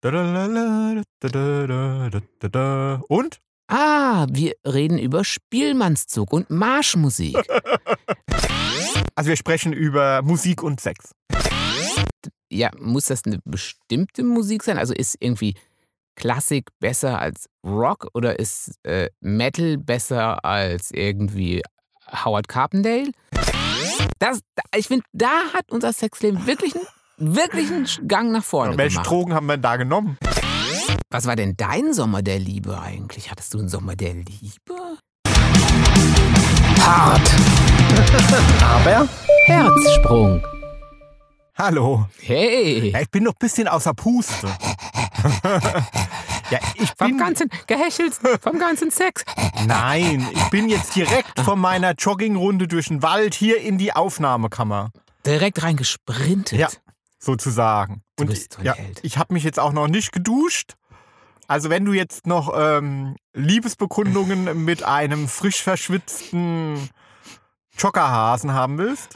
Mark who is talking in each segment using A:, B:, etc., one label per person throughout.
A: Dadadada, dadadada, dadadada. Und?
B: Ah, wir reden über Spielmannszug und Marschmusik.
A: Also wir sprechen über Musik und Sex.
B: ja, muss das eine bestimmte Musik sein? Also ist irgendwie Klassik besser als Rock oder ist äh, Metal besser als irgendwie Howard Carpendale? Das, da- ich finde, da hat unser Sexleben wirklich einen, wirklich einen Gang nach vorne
A: Welche
B: gemacht.
A: Drogen haben wir da genommen?
B: Was war denn dein Sommer der Liebe eigentlich? Hattest du einen Sommer der Liebe? Hart.
A: Aber?
B: Herzsprung.
A: Hallo.
B: Hey.
A: Ja, ich bin noch ein bisschen außer Puste. ja, ich
B: Vom
A: bin.
B: ganzen Gehäschels, vom ganzen Sex.
A: Nein, ich bin jetzt direkt von meiner Joggingrunde durch den Wald hier in die Aufnahmekammer.
B: Direkt reingesprintet.
A: Ja. sozusagen.
B: Du bist so ein
A: ja,
B: Held.
A: ich habe mich jetzt auch noch nicht geduscht. Also wenn du jetzt noch ähm, Liebesbekundungen mit einem frisch verschwitzten Joggerhasen haben willst,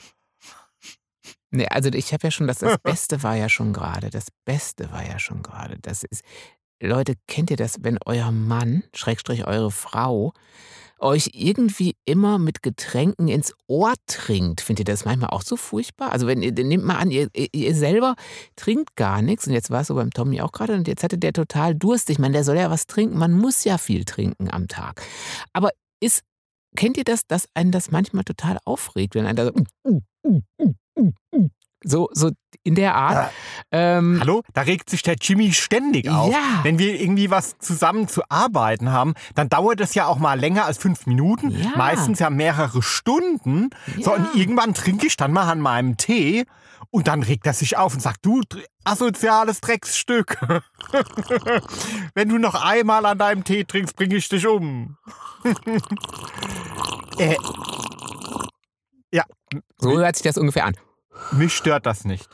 B: Nee, also ich habe ja schon, das, das Beste war ja schon gerade. Das Beste war ja schon gerade. Das ist, Leute, kennt ihr das, wenn euer Mann, Schrägstrich eure Frau, euch irgendwie immer mit Getränken ins Ohr trinkt? Findet ihr das manchmal auch so furchtbar? Also wenn ihr, nehmt mal an, ihr, ihr- ihr selber trinkt gar nichts und jetzt war es so beim Tommy auch gerade und jetzt hatte der total Durst. Ich meine, der soll ja was trinken. Man muss ja viel trinken am Tag. Aber ist, kennt ihr das, dass einen das manchmal total aufregt, wenn einen da so, "Mm, mm, mm, mm, mm", so, so in der Art? Ähm,
A: hallo, da regt sich der Jimmy ständig auf.
B: Ja.
A: Wenn wir irgendwie was zusammen zu arbeiten haben, dann dauert das ja auch mal länger als fünf Minuten,
B: Ja.
A: meistens ja mehrere Stunden. So,
B: Ja.
A: und irgendwann trinke ich dann mal an meinem Tee und dann regt er sich auf und sagt, du dr- asoziales Drecksstück. Wenn du noch einmal an deinem Tee trinkst, bringe ich dich um. äh, ja,
B: so hört sich das ungefähr an.
A: mich stört das nicht.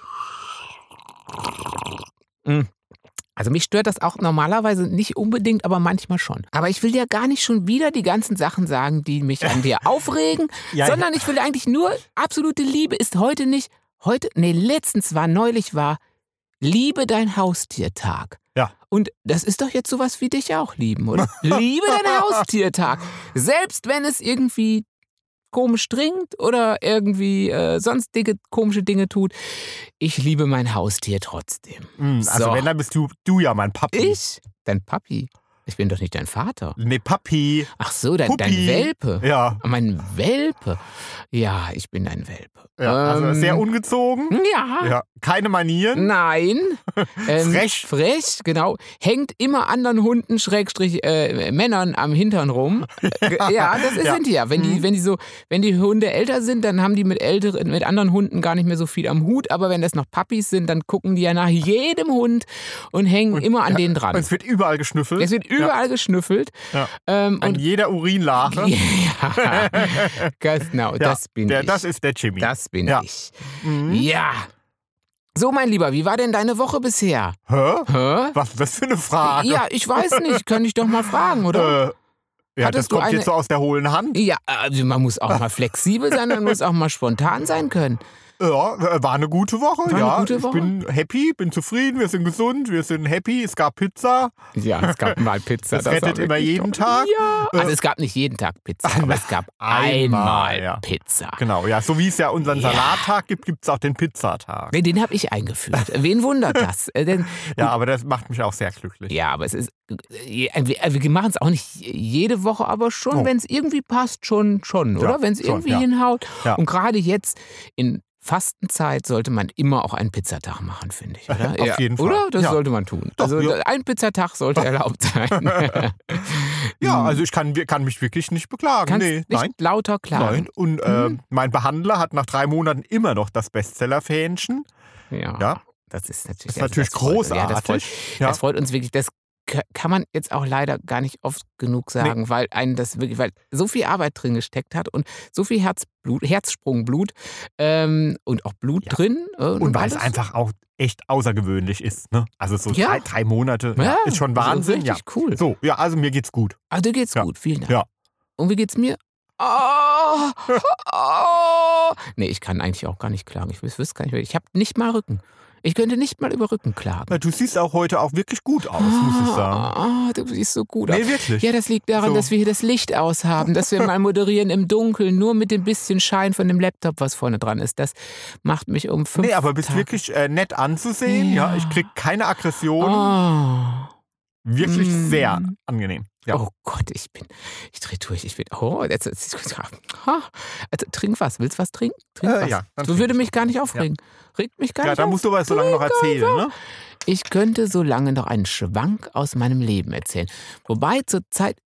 B: Also mich stört das auch normalerweise nicht unbedingt, aber manchmal schon. Aber ich will ja gar nicht schon wieder die ganzen Sachen sagen, die mich an dir aufregen,
A: Ja,
B: sondern ich will eigentlich nur absolute Liebe ist heute nicht, heute, nee, letztens war, neulich war, Liebe dein Haustiertag.
A: Ja.
B: Und das ist doch jetzt sowas wie dich auch lieben, oder? Liebe dein Haustiertag. Selbst wenn es irgendwie komisch trinkt oder irgendwie äh, sonst dicke, komische Dinge tut. Ich liebe mein Haustier trotzdem.
A: Mm, Also
B: So.
A: wenn, dann bist du, du ja mein Papi.
B: Ich? Dein Papi? Ich bin doch nicht dein Vater.
A: Ne, Papi.
B: Ach so, dein, dein
A: Puppi.
B: Welpe. Oh,
A: Ja,
B: Mein Welpe. Ja, ich bin ein Welpe.
A: ja also
B: Ähm,
A: sehr ungezogen.
B: Ja.
A: Ja, keine Manieren.
B: Nein. Ähm,
A: Frech.
B: Frech, genau. Hängt immer anderen Hunden, Schrägstrich, äh, Männern am Hintern rum. Äh, ja, das ist,
A: Ja. Mhm.
B: sind die ja. Wenn die, wenn die so, wenn die Hunde älter sind, dann haben die mit älteren, mit anderen Hunden gar nicht mehr so viel am Hut. Aber wenn das noch Papis sind, dann gucken die ja nach jedem Hund und hängen immer an denen
A: Und
B: dran.
A: es wird überall geschnüffelt.
B: Es wird überall geschnüffelt.
A: Ja.
B: Ähm,
A: An
B: und
A: jeder Urinlache.
B: ja, genau, das bin
A: der,
B: ich.
A: Das ist der Jimmy.
B: Das bin
A: Ja.
B: ich.
A: Mhm.
B: Ja. So, mein Lieber, wie war denn deine Woche bisher?
A: Hä?
B: Hä?
A: Was, was für eine Frage.
B: Ja, ich weiß nicht. Kann ich doch mal fragen, oder?
A: Ah. Äh, ja,
B: Hattest
A: das
B: du
A: kommt
B: eine-
A: jetzt so aus der hohlen Hand.
B: Ja, also man muss auch mal flexibel sein, man muss auch mal spontan sein können.
A: Ja, äh, war eine gute Woche.
B: War eine
A: ja,
B: gute
A: ich
B: Woche.
A: bin happy, bin zufrieden, wir sind gesund, wir sind happy. Es gab Pizza.
B: Ja, es gab mal Pizza.
A: Das
B: war
A: rettet immer
B: wirklich
A: jeden
B: toll.
A: Tag. Äh.
B: Ja. Also es gab nicht jeden Tag Pizza, aber es gab
A: Einmal,
B: einmal
A: ja.
B: Pizza.
A: Genau, ja, so wie es ja unseren
B: Ja.
A: Salattag gibt, gibt es auch den Pizzatag.
B: Nee, Den habe ich eingeführt. Wen wundert das? Äh, Denn
A: Ja, aber das macht mich auch sehr glücklich.
B: Ja, aber es ist. äh, Wir wir machen es auch nicht jede Woche, aber schon,
A: Oh.
B: wenn es irgendwie passt, schon, schon, oder? Wenn es
A: schon,
B: irgendwie
A: ja.
B: hinhaut.
A: Ja.
B: Und gerade jetzt in Fastenzeit sollte man immer auch einen Pizzatag machen, finde ich, oder?
A: Auf jeden Fall.
B: Oder? Das
A: Ja.
B: sollte man tun.
A: Doch,
B: also
A: ja.
B: ein Pizzatag sollte erlaubt sein. Hm.
A: Ja, also ich kann, kann mich wirklich nicht beklagen.
B: Kannst
A: nee,
B: nicht Mhm.
A: nein.
B: lauter klagen.
A: Nein, und äh, mein Behandler hat nach drei Monaten immer noch das Bestseller-Fähnchen.
B: Ja.
A: Ja.
B: Das ist natürlich,
A: Ist
B: also
A: natürlich
B: das freut uns. Ja, das freut,
A: großartig. Ja,
B: Das freut uns wirklich. Das k- kann man jetzt auch leider gar nicht oft genug sagen, weil einen das wirklich, weil so viel Arbeit drin gesteckt hat und so viel Herzblut, Herzsprungblut ähm, und auch Blut
A: Ja.
B: drin. äh,
A: und weil es
B: alles.
A: einfach auch echt außergewöhnlich ist. Ne? Also so
B: Ja.
A: drei, drei Monate ja, ist schon
B: also
A: Wahnsinn. ja.
B: Richtig cool.
A: So, ja, also mir geht's gut.
B: Also dir geht's
A: Ja.
B: gut, vielen Dank.
A: Ja.
B: Und wie geht's mir? Oh, oh. Nee, ich kann eigentlich auch gar nicht klagen. Ich wüs- wüsste gar nicht mehr. Ich habe nicht mal Rücken. Ich könnte nicht mal über Rücken klagen.
A: Na, du siehst auch heute auch wirklich gut aus, muss ich sagen.
B: Ah, du siehst so gut aus.
A: Nee, wirklich.
B: Ja, das liegt daran,
A: So.
B: dass wir hier das Licht aus haben, dass wir mal moderieren im Dunkeln, nur mit dem bisschen Schein von dem Laptop, was vorne dran ist. Das macht mich um fünf.
A: nee, aber bist
B: Tage-
A: wirklich äh, nett anzusehen. Ja.
B: Ja.
A: ich krieg keine Aggression.
B: Oh.
A: Wirklich
B: Mm.
A: sehr angenehm. Ja.
B: oh Gott, ich bin, ich drehe durch, ich bin, oh, jetzt, jetzt, jetzt, ha. also trink was, willst was trinken? Trink
A: Äh,
B: was.
A: ja, dann
B: du
A: trink
B: würde
A: ich
B: mich gar nicht aufregen. Regt mich gar
A: ja,
B: nicht
A: da
B: auf.
A: musst du aber so lange noch erzählen, ne?
B: Ich könnte so lange noch einen Schwank aus meinem Leben erzählen. Wobei zurzeit.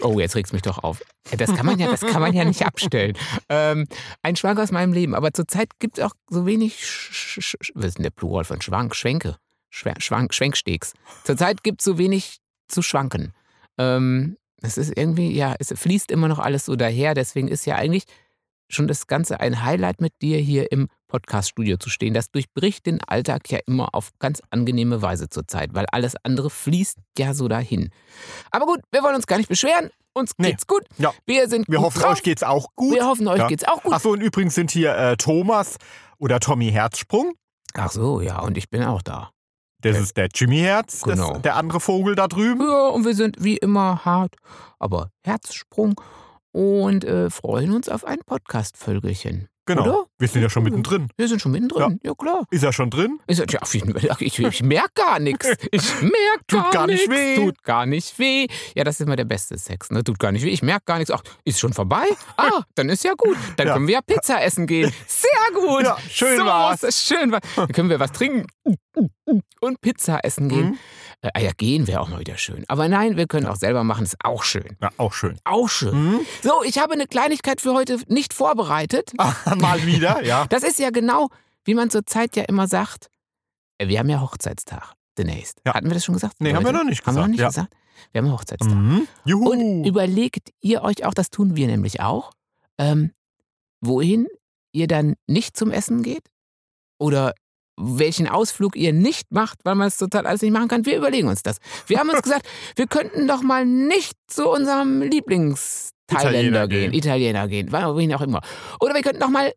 B: Oh, jetzt regt's mich doch auf. Das kann man ja, das kann man ja nicht abstellen. Ähm, ein Schwank aus meinem Leben. Aber zurzeit gibt es auch so wenig. Sch Sch Sch Was ist denn der Plural von Schwank? Schwenke. Schwer- Schwank, Schwenksteaks. Zurzeit gibt es so wenig zu schwanken. Ähm, es ist irgendwie, ja, es fließt immer noch alles so daher. Deswegen ist ja eigentlich schon das Ganze ein Highlight mit dir hier im Podcast-Studio zu stehen. Das durchbricht den Alltag ja immer auf ganz angenehme Weise zurzeit, weil alles andere fließt ja so dahin. Aber gut, wir wollen uns gar nicht beschweren. Uns
A: Nee.
B: geht's gut.
A: Ja.
B: Wir sind
A: Wir
B: gut
A: hoffen,
B: drauf.
A: euch geht's auch gut.
B: Wir hoffen, euch
A: Ja.
B: geht's auch gut.
A: Achso, und übrigens sind hier äh, Thomas oder Tommy Herzsprung.
B: Ach so, ja, und ich bin auch da.
A: Das
B: Ja.
A: ist der Jimmy Herz,
B: Genau.
A: das, der andere Vogel da drüben.
B: Ja, und wir sind wie immer hart, aber Herzsprung und äh, freuen uns auf ein Podcast-Völkelchen.
A: Genau.
B: Oder? Hm.
A: Wir sind ja schon mittendrin.
B: Wir sind schon mittendrin. Ja, klar.
A: Ist er schon drin?
B: Ich, sag, ja, auf jeden Fall. ich, ich merke gar nichts. Ich merke
A: Tut
B: gar,
A: gar
B: nichts.
A: nicht weh.
B: Tut gar nicht weh. Ja, das ist immer der beste Sex. Ne? Tut gar nicht weh. Ich merke gar nichts. Ach, ist schon vorbei? Ah, dann ist ja gut. Dann
A: Ja.
B: können wir ja Pizza essen gehen. Sehr gut.
A: Ja, schön
B: so,
A: war's.
B: Schön war's. Dann können wir was trinken und Pizza essen gehen.
A: Mhm.
B: Äh, ah ja, gehen wäre auch mal wieder schön. Aber nein, wir können auch selber machen. Ist auch schön.
A: Ja, auch schön.
B: Auch schön.
A: Mhm.
B: So, ich habe eine Kleinigkeit für heute nicht vorbereitet.
A: Ah, Mal wieder, ja.
B: Das ist ja genau, wie man zurzeit ja immer sagt, äh, wir haben ja Hochzeitstag demnächst.
A: Ja.
B: Hatten wir das schon gesagt?
A: Nee, haben wir
B: Leute?
A: noch nicht
B: Haben wir noch
A: gesagt,
B: nicht
A: ja.
B: gesagt? Wir haben Hochzeitstag.
A: Mhm. Juhu.
B: Und überlegt ihr euch auch, das tun wir nämlich auch, ähm, wohin ihr dann nicht zum Essen geht? Oder welchen Ausflug ihr nicht macht, weil man es total alles nicht machen kann? Wir überlegen uns das. Wir haben uns gesagt, wir könnten doch mal nicht zu unserem Lieblings Thailänder
A: Italiener
B: gehen,
A: gehen.
B: Italiener gehen, wohin auch immer. Oder wir könnten doch mal,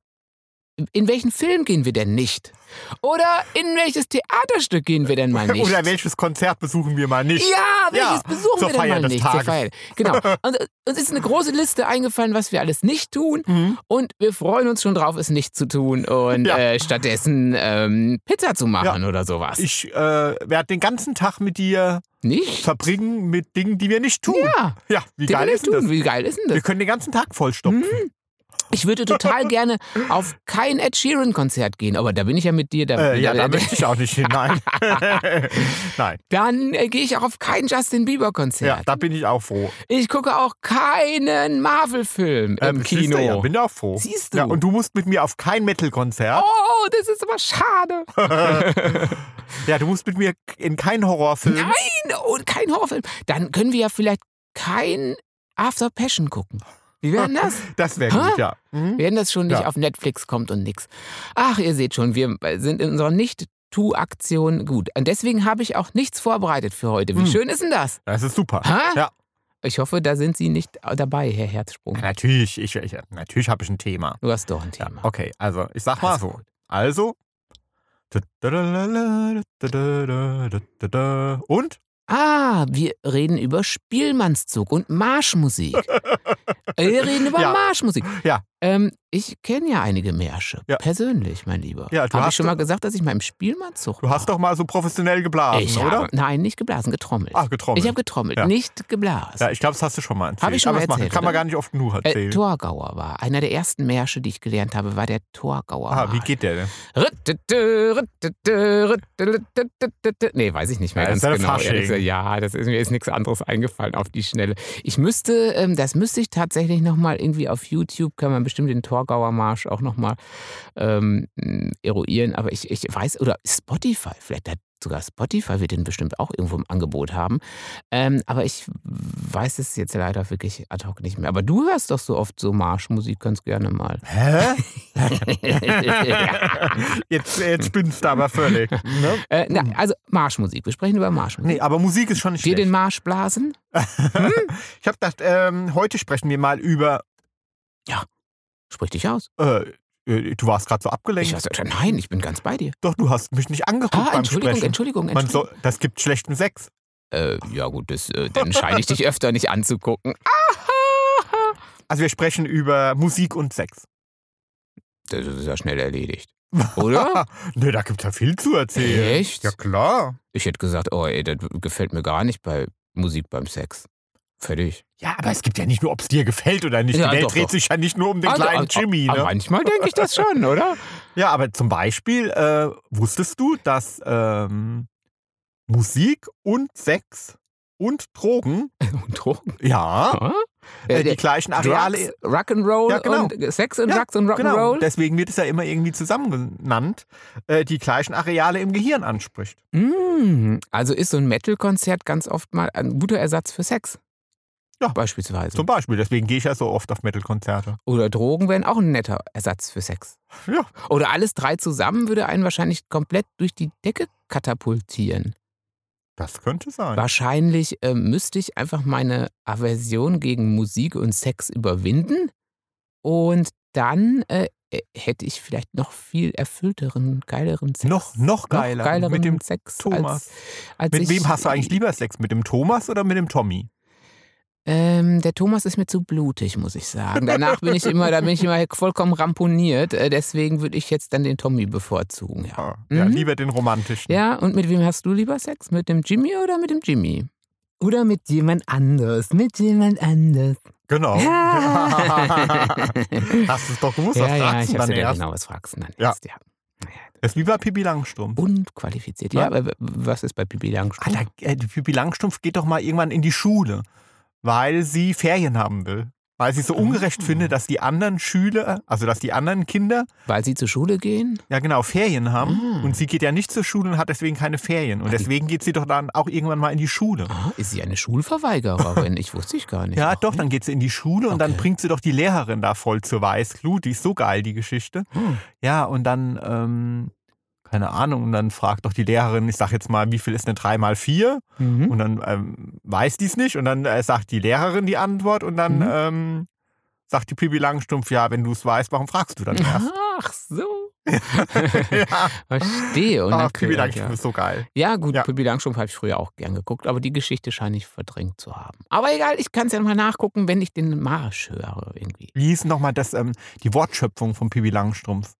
B: in welchen Film gehen wir denn nicht? Oder in welches Theaterstück gehen wir denn mal nicht?
A: Oder welches Konzert besuchen wir mal nicht?
B: Ja, welches
A: Ja,
B: besuchen
A: zur
B: wir denn
A: Feier
B: mal
A: des
B: nicht?
A: Tages.
B: Feier. Genau. Und äh, uns ist eine große Liste eingefallen, was wir alles nicht tun.
A: Mhm.
B: Und wir freuen uns schon drauf, es nicht zu tun und
A: Ja.
B: äh, stattdessen ähm, Pizza zu machen oder sowas.
A: Ich äh, werde den ganzen Tag mit dir
B: nicht?
A: verbringen mit Dingen, die wir nicht tun.
B: Ja.
A: Ja, wie
B: Die wir
A: geil
B: nicht
A: ist denn das?
B: tun. Wie geil ist denn das? Mhm.
A: Wir können den ganzen Tag vollstopfen.
B: Ich würde total gerne auf kein Ed Sheeran-Konzert gehen, aber da bin ich ja mit dir. Da,
A: Äh, ja,
B: da,
A: da möchte ich auch nicht hin. Nein. Nein.
B: dann äh, gehe ich auch auf kein Justin
A: Ja,
B: Bieber-Konzert.
A: da bin ich auch froh.
B: ich gucke auch keinen Marvel-Film im
A: Ähm, siehst
B: Kino.
A: du, Ja, bin auch froh.
B: Siehst du?
A: Ja, und du musst mit mir auf kein Metal-Konzert.
B: oh, das ist aber schade.
A: Ja, du musst mit mir in keinen Horrorfilm.
B: Oh. Nein, und kein Horrorfilm. Dann können wir ja vielleicht kein After Passion gucken. Wie wäre denn das?
A: Das wäre
B: Ha?
A: gut, ja. Mhm.
B: Wenn das schon nicht
A: Ja.
B: auf Netflix kommt und nix. Ach, ihr seht schon, wir sind in unserer Nicht-Tu-Aktion gut. Und deswegen habe ich auch nichts vorbereitet für heute. Wie
A: Hm.
B: schön ist denn das?
A: Das ist super.
B: Ha?
A: Ja.
B: Ich hoffe, da sind Sie nicht dabei, Herr Herzsprung.
A: Natürlich, ich, ich, natürlich habe ich ein Thema.
B: Du hast doch ein
A: Ja,
B: Thema.
A: okay, also ich sag mal so.
B: Also
A: Also. Und?
B: Ah, wir reden über Spielmannszug und Marschmusik. wir reden über
A: Ja.
B: Marschmusik.
A: Ja.
B: Ähm, ich kenne ja einige Märsche.
A: Ja.
B: Persönlich, mein Lieber.
A: Ja, du
B: Habe ich
A: hast-
B: schon mal gesagt, dass ich mal im Spielmannszug
A: Du hast
B: war?
A: doch mal so professionell geblasen,
B: ich
A: oder?
B: Habe, nein, nicht geblasen, getrommelt.
A: Ach, getrommelt.
B: Ich habe getrommelt,
A: Ja.
B: nicht geblasen.
A: ja, ich glaube, das hast du schon mal erzählt.
B: Hab ich schon
A: Aber
B: mal
A: das machen-
B: erzählt,
A: kann man
B: oder?
A: gar nicht oft genug
B: Äh,
A: erzählen.
B: Torgauer war. Einer der ersten Märsche, die ich gelernt habe, war der Torgauer.
A: ah, wie
B: Marsch.
A: geht der denn?
B: Rittete, rittete, rittete. Nee, weiß ich nicht mehr
A: Ja,
B: ganz
A: das ist eine
B: genau.
A: Fasching.
B: ehrlich gesagt. Ja, das ist, mir ist nichts anderes eingefallen auf die Schnelle. Ich müsste, ähm, das müsste ich tatsächlich nochmal irgendwie auf YouTube, kann man bestimmt den Torgauer Marsch auch nochmal ähm, eruieren. Aber ich, ich weiß, oder Spotify, vielleicht hat sogar Spotify wird den bestimmt auch irgendwo im Angebot haben. Ähm, aber ich weiß es jetzt leider wirklich ad hoc nicht mehr. Aber du hörst doch so oft so Marschmusik ganz gerne mal.
A: Hä?
B: ja.
A: jetzt, jetzt spinnst du aber völlig. Ne?
B: Äh, na, also Marschmusik. Wir sprechen über Marschmusik.
A: Nee, aber Musik ist schon nicht
B: wir
A: schlecht.
B: den Marsch blasen?
A: Ich habe gedacht, ähm, heute sprechen wir mal über.
B: Sprich dich aus.
A: Äh, Äh, Du warst gerade so abgelenkt.
B: Ich also, nein, ich bin ganz bei dir.
A: Doch, du hast mich nicht angeguckt
B: Ah,
A: beim
B: Entschuldigung,
A: Sprechen.
B: Entschuldigung,
A: Man
B: Entschuldigung.
A: soll, das gibt schlechten Sex.
B: Äh, ja gut, das, äh, dann scheine ich dich öfter nicht anzugucken.
A: Also wir sprechen über Musik und Sex.
B: Das ist ja schnell erledigt. Oder?
A: ne, da gibt's ja viel zu erzählen.
B: Echt?
A: Ja klar.
B: Ich hätte gesagt, oh ey, das gefällt mir gar nicht bei Musik beim Sex. Fertig.
A: Ja, aber es gibt ja nicht nur, ob es dir gefällt oder nicht.
B: Ja,
A: Die Welt
B: doch,
A: dreht
B: doch.
A: sich ja nicht nur um den
B: Also,
A: kleinen
B: also,
A: Jimmy.
B: Aber
A: Ne?
B: manchmal denke ich das schon, oder?
A: Ja, aber zum Beispiel äh, wusstest du, dass ähm, Musik und Sex und Drogen,
B: Und Drogen.
A: ja,
B: Ah?
A: äh,
B: Äh,
A: die
B: der-
A: gleichen Areale.
B: Drugs, Rock'n'Roll
A: Ja, genau.
B: und äh, Sex und
A: Ja,
B: Drugs und
A: Genau,
B: Rock'n'Roll.
A: deswegen wird es ja immer irgendwie zusammen genannt, äh, die gleichen Areale im Gehirn anspricht.
B: Mm, also ist so ein Metal-Konzert ganz oft mal ein guter Ersatz für Sex.
A: Ja.
B: Beispielsweise.
A: Zum Beispiel, deswegen gehe ich ja so oft auf Metal-Konzerte.
B: Oder Drogen wären auch ein netter Ersatz für Sex.
A: Ja.
B: Oder alles drei zusammen würde einen wahrscheinlich komplett durch die Decke katapultieren.
A: Das könnte sein.
B: Wahrscheinlich ähm, müsste ich einfach meine Aversion gegen Musik und Sex überwinden. Und dann äh, äh, hätte ich vielleicht noch viel erfüllteren, geileren Sex.
A: Noch, noch geiler.
B: Noch geileren
A: mit dem
B: Sex
A: Thomas.
B: Als, als
A: Mit
B: ich,
A: wem hast du eigentlich lieber Sex? Mit dem Thomas oder mit dem Tommy?
B: Ähm, der Thomas ist mir zu blutig, muss ich sagen. Danach bin ich immer, da bin ich immer vollkommen ramponiert. Äh, deswegen würde ich jetzt dann den Tommy bevorzugen, ja.
A: Ah, Ja,
B: Mhm.
A: lieber den romantischen.
B: Ja, und mit wem hast du lieber Sex? Mit dem Jimmy oder mit dem Jimmy? Oder mit jemand anders, mit jemand anders.
A: Genau.
B: ja,
A: Hast du es doch gewusst, was
B: ja,
A: fragst
B: ich
A: du
B: hab's
A: dann
B: ja
A: erst?
B: genau, was fragst du dann
A: Ja.
B: erst, ja.
A: Das ist wie bei Pipi Langstrumpf.
B: Unqualifiziert. Ja, aber w- was ist bei Bibi Langstrumpf?
A: Alter, äh, die Pipi Langstrumpf geht doch mal irgendwann in die Schule, weil sie Ferien haben will. Weil sie es so ungerecht
B: Ah.
A: findet, dass die anderen Schüler, also dass die anderen Kinder,
B: Weil sie zur Schule gehen?
A: ja genau, Ferien haben.
B: Ah.
A: Und sie geht ja nicht zur Schule und hat deswegen keine Ferien. Und
B: Ah, die-
A: deswegen geht sie doch dann auch irgendwann mal in die Schule.
B: Ah, ist sie eine Schulverweigererin? Ich wusste ich gar nicht.
A: Ja,
B: Ach,
A: doch, dann geht sie in die Schule und dann
B: Okay.
A: bringt sie doch die Lehrerin da voll zur Weißglut. Die ist so geil, die Geschichte.
B: Hm.
A: Ja, und dann, ähm, keine Ahnung, und dann fragt doch die Lehrerin, ich sag jetzt mal, wie viel ist eine 3 mal 4?
B: Mhm.
A: Und dann ähm, weiß die es nicht und dann äh, sagt die Lehrerin die Antwort und dann
B: Mhm.
A: ähm, sagt die Pipi Langstumpf, ja, wenn du es weißt, warum fragst du dann erst?
B: Ach so.
A: ja,
B: Verstehe. Und
A: Ach,
B: dann
A: Pipi
B: gehört,
A: Langstumpf
B: ja.
A: ist so geil.
B: ja, gut,
A: Ah, Ja.
B: Pippi Langstrumpf habe ich früher auch gern geguckt, aber die Geschichte scheine ich verdrängt zu haben. Aber egal, ich kann es ja mal nachgucken, wenn ich den Marsch höre irgendwie.
A: Wie hieß nochmal das, ähm, die Wortschöpfung von Pipi Langstrumpf?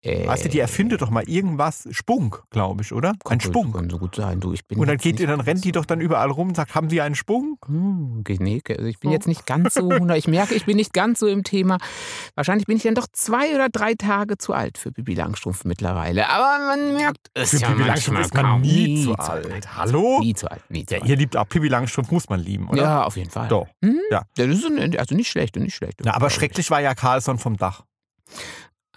B: Äh,
A: Weißt du, die erfindet doch mal irgendwas, Spunk, glaube ich, oder? Ein
B: kann wohl-
A: Spunk.
B: Kann so gut sein. Du, ich bin
A: Und dann
B: jetzt
A: geht
B: nicht
A: ihr, dann
B: ganz
A: rennt die
B: so-
A: doch dann überall rum und sagt, haben sie einen Spunk?
B: Hm, ge- nee, ge- also ich bin
A: So.
B: jetzt nicht ganz so, hundert- ich merke, ich bin nicht ganz so im Thema. Wahrscheinlich bin ich dann doch zwei oder drei Tage zu alt für Bibi Langstrumpf mittlerweile. Aber man merkt es
A: Für
B: ja
A: Pippi Langstrumpf
B: manchmal
A: ist man
B: kaum.
A: nie, zu alt. Hallo?
B: Nie zu alt, nie zu
A: Ja,
B: alt.
A: ihr liebt auch Pippi Langstrumpf, muss man lieben, oder?
B: Ja, auf jeden Fall.
A: Doch.
B: Hm?
A: Ja.
B: Das ist ein, also nicht schlecht, nicht schlecht.
A: Na, aber schrecklich war ja Carlson vom Dach.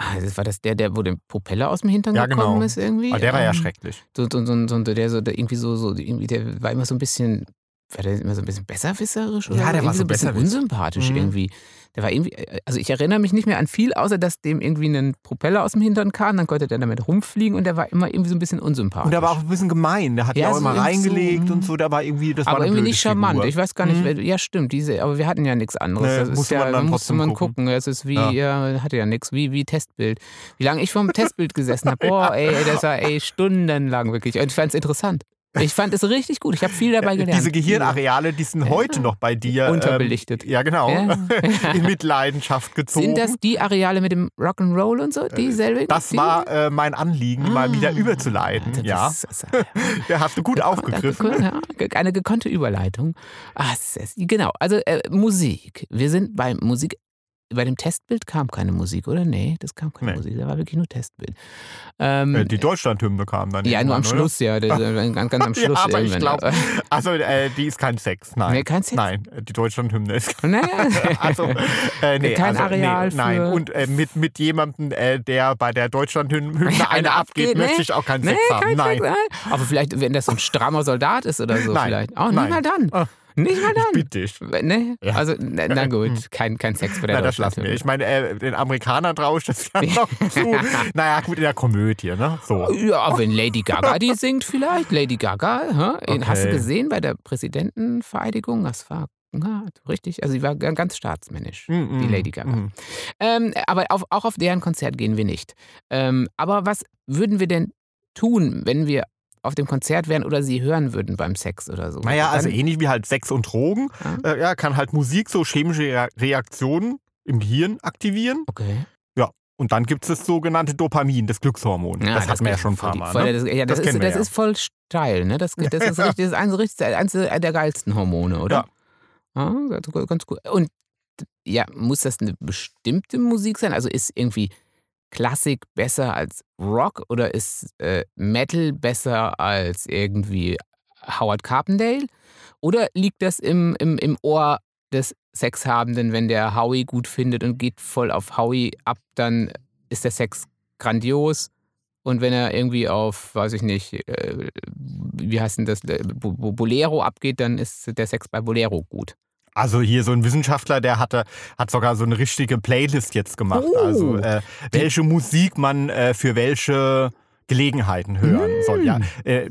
B: Ah, das war das der, der, wo der Propeller aus dem Hintern
A: Ja,
B: gekommen
A: genau.
B: ist irgendwie?
A: Aber der war ja
B: Ähm,
A: schrecklich.
B: So, so, so, so, der so der irgendwie so, so irgendwie, der war immer so ein bisschen, war der immer so ein bisschen besserwisserisch oder
A: Ja, der
B: irgendwie
A: war so
B: ein bisschen
A: besserwisserisch.
B: unsympathisch
A: Mhm.
B: irgendwie. Der war irgendwie, also ich erinnere mich nicht mehr an viel, außer dass dem irgendwie ein Propeller aus dem Hintern kam, dann konnte der damit rumfliegen und der war immer irgendwie so ein bisschen unsympathisch.
A: Und der war auch ein bisschen gemein. Der hat
B: Ja,
A: ja, auch
B: so
A: immer
B: in so,
A: reingelegt
B: mm.
A: und so. Da war irgendwie, das war
B: aber
A: eine
B: irgendwie
A: blöde
B: nicht charmant.
A: Figur.
B: Ich weiß gar nicht,
A: Mhm.
B: wer, ja stimmt, diese, aber wir hatten ja nichts anderes.
A: Nee,
B: das ist
A: musste
B: ja,
A: man dann
B: musste
A: trotzdem
B: man
A: gucken.
B: gucken. Es ist wie, ja. hatte ja nichts, wie, wie Testbild. Wie lange ich vom Testbild gesessen habe, boah, ey, das war ey, stundenlang wirklich. Und ich fand es interessant. Ich fand es richtig gut. Ich habe viel dabei gelernt.
A: Diese Gehirnareale, die sind
B: Ja.
A: heute noch bei dir.
B: Unterbelichtet.
A: Ähm, ja, genau.
B: Ja.
A: In Mitleidenschaft gezogen.
B: Sind das die Areale mit dem Rock'n'Roll und so? Dieselben?
A: Äh, Das
B: die?
A: war äh, mein Anliegen, mal wieder
B: Ah,
A: überzuleiten. Ja,
B: Das ist,
A: ja hast du gut aufgegriffen.
B: Gekonnte, ja, ge- eine gekonnte Überleitung. Ah, es ist- genau, also äh, Musik. Wir sind bei Musik. Bei dem Testbild kam keine Musik, oder? Nee, das kam keine
A: Nee.
B: Musik. Da war wirklich nur Testbild. Ähm,
A: Äh, Die Deutschlandhymne kam dann.
B: ja, nur am
A: irgendwann, Äh, oder?
B: Schluss, ja. Das, äh, ganz, ganz am Schluss.
A: Ja, aber ich
B: irgendwann.
A: glaube, also äh, die ist kein Sex, nein.
B: Nee, kein Sex?
A: Nein, äh, die Deutschlandhymne ist
B: Naja.
A: also, äh, nee,
B: Kein
A: also,
B: Areal
A: nee, nein.
B: für-
A: Und äh, mit, mit jemandem, äh, der bei der Deutschlandhymne
B: Eine
A: eine abgeht,
B: abgeht,
A: möchte
B: nee.
A: ich auch keinen
B: Nee,
A: Sex haben.
B: kein
A: nein.
B: Sex, nein. Aber vielleicht, wenn das so ein strammer Soldat ist oder so,
A: Nein.
B: vielleicht. Oh,
A: Nein.
B: nicht mal dann.
A: Ah.
B: Nicht mal
A: Ich
B: dann.
A: bitte dich.
B: Nee,
A: Ja.
B: also, na, na gut, kein, kein Sex bei der
A: Na, das lassen wir. Ich meine, äh, den Amerikanern traue ich das ja noch zu. Naja, gut, in der Komödie, ne? So.
B: Ja, wenn Lady Gaga die singt vielleicht. Lady Gaga, hä? Ihn Hast du
A: Okay.
B: gesehen bei der Präsidentenvereidigung? Das war na, richtig, also sie war ga- ganz staatsmännisch.
A: Mm, mm,
B: Die Lady Gaga.
A: mm.
B: Ähm, aber auf, auch auf deren Konzert gehen wir nicht. Ähm, aber was würden wir denn tun, wenn wir auf dem Konzert wären oder sie hören würden beim Sex oder so?
A: Naja, also
B: Dann-
A: ähnlich wie halt Sex und Drogen.
B: Ja.
A: Äh, ja, kann halt Musik so chemische Rea- Reaktionen im Gehirn aktivieren.
B: Okay.
A: Und dann gibt es das sogenannte Dopamin, das Glückshormon. das, hatten wir ja
B: geht
A: schon ein
B: voll
A: paar
B: die-
A: Mal.
B: voll-
A: Ne?
B: das, ja, das,
A: Das
B: ist,
A: kennen wir
B: das
A: ja.
B: ist voll steil, ne? Das, das ist richtig, das ist eines, richtig- eines der geilsten Hormone, oder? Ja. ganz- ganz gut. Und ja, muss das eine bestimmte Musik sein? Also ist irgendwie Klassik besser als Rock oder ist äh, Metal besser als irgendwie Howard Carpendale? Oder liegt das im, im, im Ohr des Sexhabenden, wenn der Howie gut findet und geht voll auf Howie ab, dann ist der Sex grandios. Und wenn er irgendwie auf, weiß ich nicht, äh, wie heißt denn das, äh, Bo- Bo- Bolero abgeht, dann ist der Sex bei Bolero gut.
A: Also hier so ein Wissenschaftler, der hatte, hat sogar so eine richtige Playlist jetzt gemacht.
B: Oh.
A: Also äh,
B: Die-
A: welche Musik man äh, für welche Gelegenheiten hören soll.
B: Mm.
A: Ja, äh,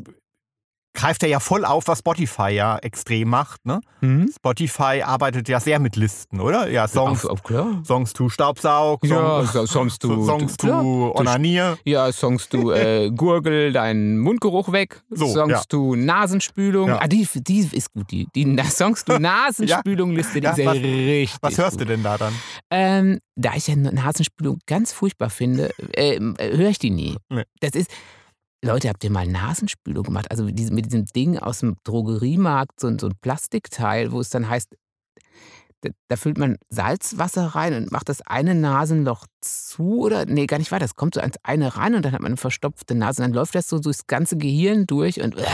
A: greift er ja voll auf, was Spotify ja extrem macht. Ne?
B: Mhm.
A: Spotify arbeitet ja sehr mit Listen, oder? Ja, Songs,
B: Auf, auf, klar.
A: Songs to Staubsaug,
B: Ja,
A: Songs,
B: so- Songs to-
A: Songs
B: to- klar.
A: to Onanier.
B: Ja, Songs du äh, Gurgel, deinen Mundgeruch weg.
A: So,
B: Songs
A: ja.
B: du Nasenspülung.
A: Ja.
B: Ah, die, die ist gut. Die, die Na- Songs du Nasenspülung-Liste, die
A: Ja,
B: ist ja
A: was-
B: richtig.
A: Was hörst
B: gut.
A: du denn da dann?
B: Ähm, da ich ja Nasenspülung ganz furchtbar finde, äh, äh, höre ich die nie.
A: Nee.
B: Das ist. Leute, habt ihr mal Nasenspülung gemacht? Also diese, mit diesem Ding aus dem Drogeriemarkt, so, ein- so ein Plastikteil, wo es dann heißt, da, da füllt man Salzwasser rein und macht das eine Nasenloch zu oder nee, gar nicht weiter. Das kommt so ans eine rein und dann hat man eine verstopfte Nase und dann läuft das so durchs ganze Gehirn durch und äh,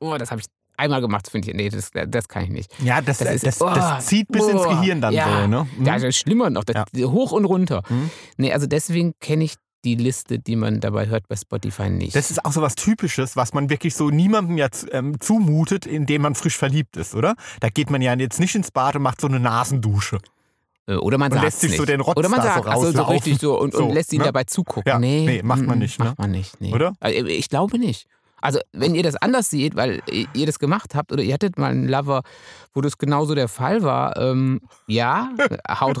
B: oh, das habe ich einmal gemacht, finde ich. Nee, das, das kann ich nicht.
A: Ja, das,
B: Das
A: das,
B: ist-
A: das,
B: oh,
A: zieht bis ins
B: oh,
A: Gehirn dann
B: ja.
A: so, ne? Mhm.
B: Ja, das ist schlimmer noch, das, hoch und runter.
A: Mhm.
B: Nee, also deswegen kenne ich die Liste, die man dabei hört bei Spotify nicht.
A: Das ist auch so was Typisches, was man wirklich so niemandem ja zu- ähm, zumutet, indem man frisch verliebt ist, oder? Da geht man ja jetzt nicht ins Bad und macht so eine Nasendusche.
B: Äh, Oder man
A: Und
B: sagt
A: lässt sich
B: nicht.
A: so den Rotz
B: Oder man
A: da so
B: sagt also so
A: rauslaufen.
B: richtig so und, und
A: So,
B: lässt ihn
A: ne?
B: dabei zugucken.
A: Ja,
B: nee,
A: nee, macht man
B: mm,
A: nicht,
B: Macht
A: ne?
B: man nicht, nee.
A: Oder?
B: Also, Ich glaube nicht. Also, wenn ihr das anders seht, weil ihr das gemacht habt oder ihr hattet mal einen Lover, wo das genauso der Fall war, ähm, ja, haut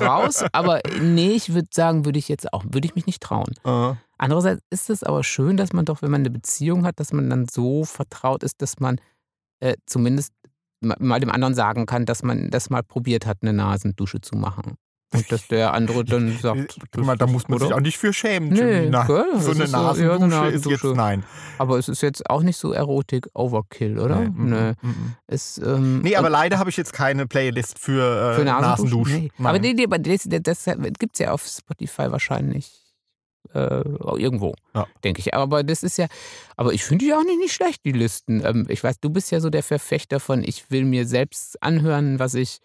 B: raus, aber nee, ich würde sagen, würde ich jetzt auch, würde ich mich nicht trauen.
A: Äh,
B: Andererseits ist es aber schön, dass man doch, wenn man eine Beziehung hat, dass man dann so vertraut ist, dass man äh, zumindest ma- mal dem anderen sagen kann, dass man das mal probiert hat, eine Nasendusche zu machen. Und dass der andere dann sagt,
A: guck Äh, mal, da
B: das-
A: muss man
B: oder?
A: sich auch nicht für schämen,
B: Nee,
A: Jimmy. Na,
B: gell? Das
A: so eine
B: ist so- ja, so eine
A: Nasendusche ist jetzt
B: Nasendusche.
A: nein.
B: Aber es ist jetzt auch nicht so Erotik-Overkill, oder?
A: Nee, mhm,
B: Nö.
A: mhm.
B: Es, ähm,
A: nee, aber
B: und
A: leider habe ich jetzt keine Playlist für, äh,
B: für Nasenduschen.
A: Nasenduschen.
B: Nee.
A: Nein.
B: Aber nee, nee, aber das, das gibt es ja auf Spotify wahrscheinlich äh, irgendwo,
A: Ja.
B: denke ich. Aber das ist ja, aber ich finde die auch nicht, nicht schlecht, die Listen. Ähm, ich weiß, du bist ja so der Verfechter von, ich will mir selbst anhören, was ich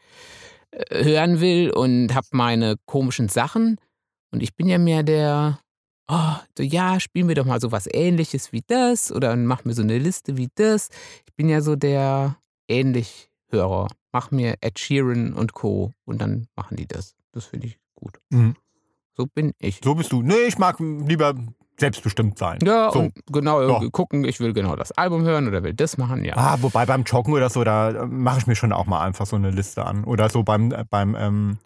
B: äh, hören will und habe meine komischen Sachen. Und ich bin ja mehr der, oh, so, ja, spiel mir doch mal so was Ähnliches wie das oder mach mir so eine Liste wie das. Ich bin ja so der Ähnlich-Hörer. Mach mir Ed Sheeran und Co. und dann machen die das. Das finde ich gut.
A: Mhm.
B: So bin ich.
A: So bist du. Nee, ich mag lieber selbstbestimmt sein.
B: Ja,
A: so.
B: und genau,
A: Ja.
B: gucken, ich will genau das Album hören oder will das machen, ja.
A: Ah, wobei beim Joggen oder so, da äh, mache ich mir schon auch mal einfach so eine Liste an. Oder so beim, äh, beim ähm,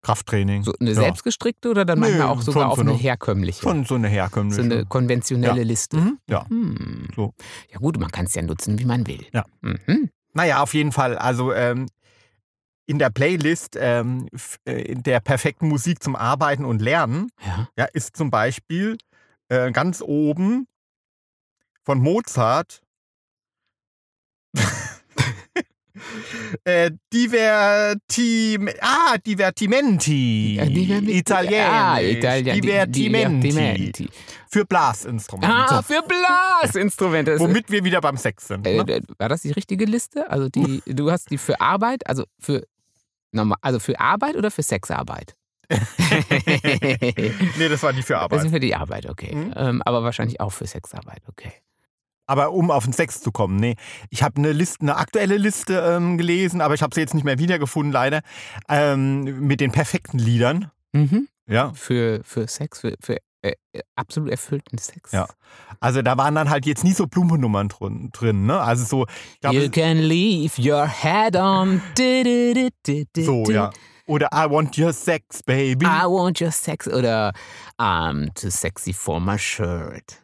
A: Krafttraining.
B: So eine
A: ja.
B: selbstgestrickte oder dann
A: Nö,
B: manchmal auch sogar
A: schon
B: auf
A: so
B: eine
A: eine-
B: herkömmliche.
A: Schon so eine herkömmliche.
B: so eine konventionelle Liste.
A: mhm, ja.
B: Hm.
A: So.
B: Ja gut, man kann es ja nutzen, wie man will.
A: Ja.
B: Mhm.
A: Naja, auf jeden Fall. Also ähm, in der Playlist ähm, f- äh, in der perfekten Musik zum Arbeiten und Lernen
B: ja.
A: ja, ist zum Beispiel äh, ganz oben von Mozart äh, Divertim ah, Divertimenti.
B: Ja, die-
A: Italienisch.
B: Ah, Italien.
A: Divertimenti.
B: Divertimenti.
A: Für Blasinstrumente.
B: Ah, für Blasinstrumente. Das-
A: Womit wir wieder beim Sex sind.
B: äh,
A: Ne?
B: äh, war das die richtige Liste? Also die, du hast die für Arbeit, also für normal, also für Arbeit oder für Sexarbeit?
A: nee, das war die für
B: Das ist
A: Arbeit.
B: für die Arbeit, okay.
A: Mhm.
B: Ähm, aber wahrscheinlich auch für Sexarbeit, okay.
A: Aber um auf den Sex zu kommen, nee. Ich habe eine Liste, eine ne aktuelle Liste ähm, gelesen, aber ich habe sie jetzt nicht mehr wiedergefunden, leider. Ähm, mit den perfekten Liedern.
B: Mhm.
A: Ja,
B: Für, für Sex, für, für äh, absolut erfüllten Sex.
A: Ja. Also da waren dann halt jetzt nie so Blumennummern drin, drin ne? Also so, ich glaub,
B: you
A: es-
B: can leave your head on. Du, du, du, du, du,
A: so,
B: du. Ah.
A: ja. Oder I want your sex, baby.
B: I want your sex oder I'm too sexy for my shirt.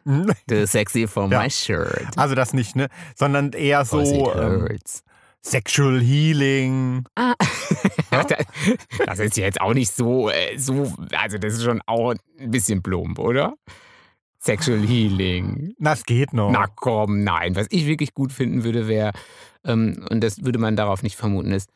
B: Too sexy for
A: Ja.
B: my shirt.
A: Also das nicht, ne? Sondern eher
B: Cause
A: so
B: it
A: ähm,
B: hurts.
A: Sexual Healing.
B: Ah. das, das ist jetzt auch nicht so, äh, so, also das ist schon auch ein bisschen plump, oder? Sexual Healing.
A: Na, es geht noch.
B: Na komm, nein. Was ich wirklich gut finden würde, wäre, ähm, und das würde man darauf nicht vermuten, ist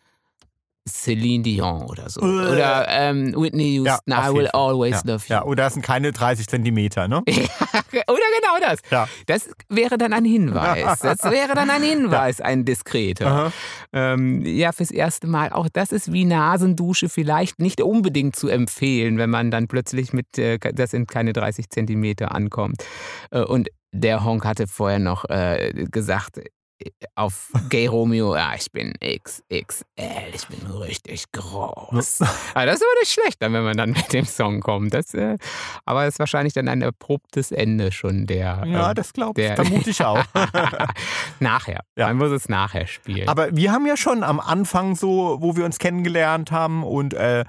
B: Celine Dion oder so.
A: Äh.
B: Oder ähm, Whitney
A: Ja,
B: Houston,
A: auf
B: I will
A: jeden Fall.
B: always
A: ja.
B: love you.
A: ja, oder es sind keine 30 Zentimeter, ne?
B: Oder genau das.
A: Ja.
B: Das wäre dann ein Hinweis. Das wäre dann ein Hinweis, ein diskreter.
A: Aha.
B: Ähm, ja, fürs erste Mal. Auch das ist wie Nasendusche vielleicht nicht unbedingt zu empfehlen, wenn man dann plötzlich mit, äh, das sind keine 30 Zentimeter ankommt. Äh, und der Honk hatte vorher noch äh, gesagt, äh, auf Gay Romeo, ja, ich bin XXL, ich bin richtig groß. Aber das ist aber nicht schlecht, dann, wenn man dann mit dem Song kommt. Das, äh, aber es ist wahrscheinlich dann ein erprobtes Ende schon der.
A: Ja,
B: ähm,
A: das glaube ich,
B: der-
A: vermute ich auch.
B: nachher.
A: Ja.
B: Man muss es nachher spielen.
A: Aber wir haben ja schon am Anfang so, wo wir uns kennengelernt haben und äh,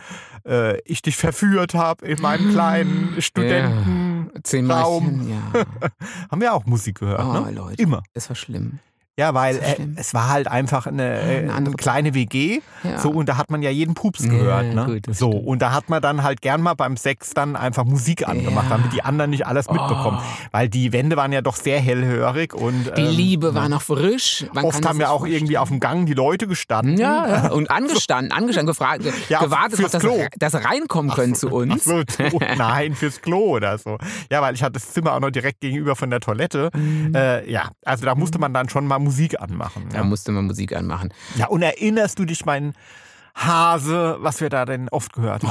A: äh, ich dich verführt habe in meinem
B: Mm.
A: kleinen Studenten,
B: Zimmerchen, ja.
A: haben wir auch Musik gehört,
B: Oh,
A: ne?
B: Leute,
A: Immer.
B: das war schlimm.
A: Ja, weil
B: Das ist
A: äh,
B: schlimm.
A: es war halt einfach eine, äh,
B: Eine
A: eine
B: andere-
A: kleine WG.
B: Ja.
A: So, und da hat man ja jeden Pups
B: Ja,
A: gehört. ne?
B: gut, das
A: so,
B: stimmt.
A: und da hat man dann halt gern mal beim Sex dann einfach Musik angemacht,
B: Ja.
A: damit die anderen nicht alles mitbekommen.
B: Oh.
A: Weil die Wände waren ja doch sehr hellhörig und
B: Die
A: ähm,
B: Liebe war noch frisch. Man kann
A: oft
B: das
A: haben ja
B: sich
A: auch irgendwie auf dem Gang die Leute gestanden.
B: Ja, ja, und angestanden, angestanden, gefragt, ge-
A: Ja,
B: gewartet,
A: fürs
B: auf das,
A: Klo.
B: das Reinkommen können zu
A: Ach
B: uns.
A: so, zu- nein, fürs Klo oder so. Ja, weil ich hatte das Zimmer auch noch direkt gegenüber von der Toilette.
B: Mhm.
A: Äh, ja, also da musste man dann schon mal Musik anmachen.
B: Da
A: Ja.
B: musste man Musik anmachen.
A: ja, und erinnerst du dich, mein Hase, was wir da denn oft gehört haben?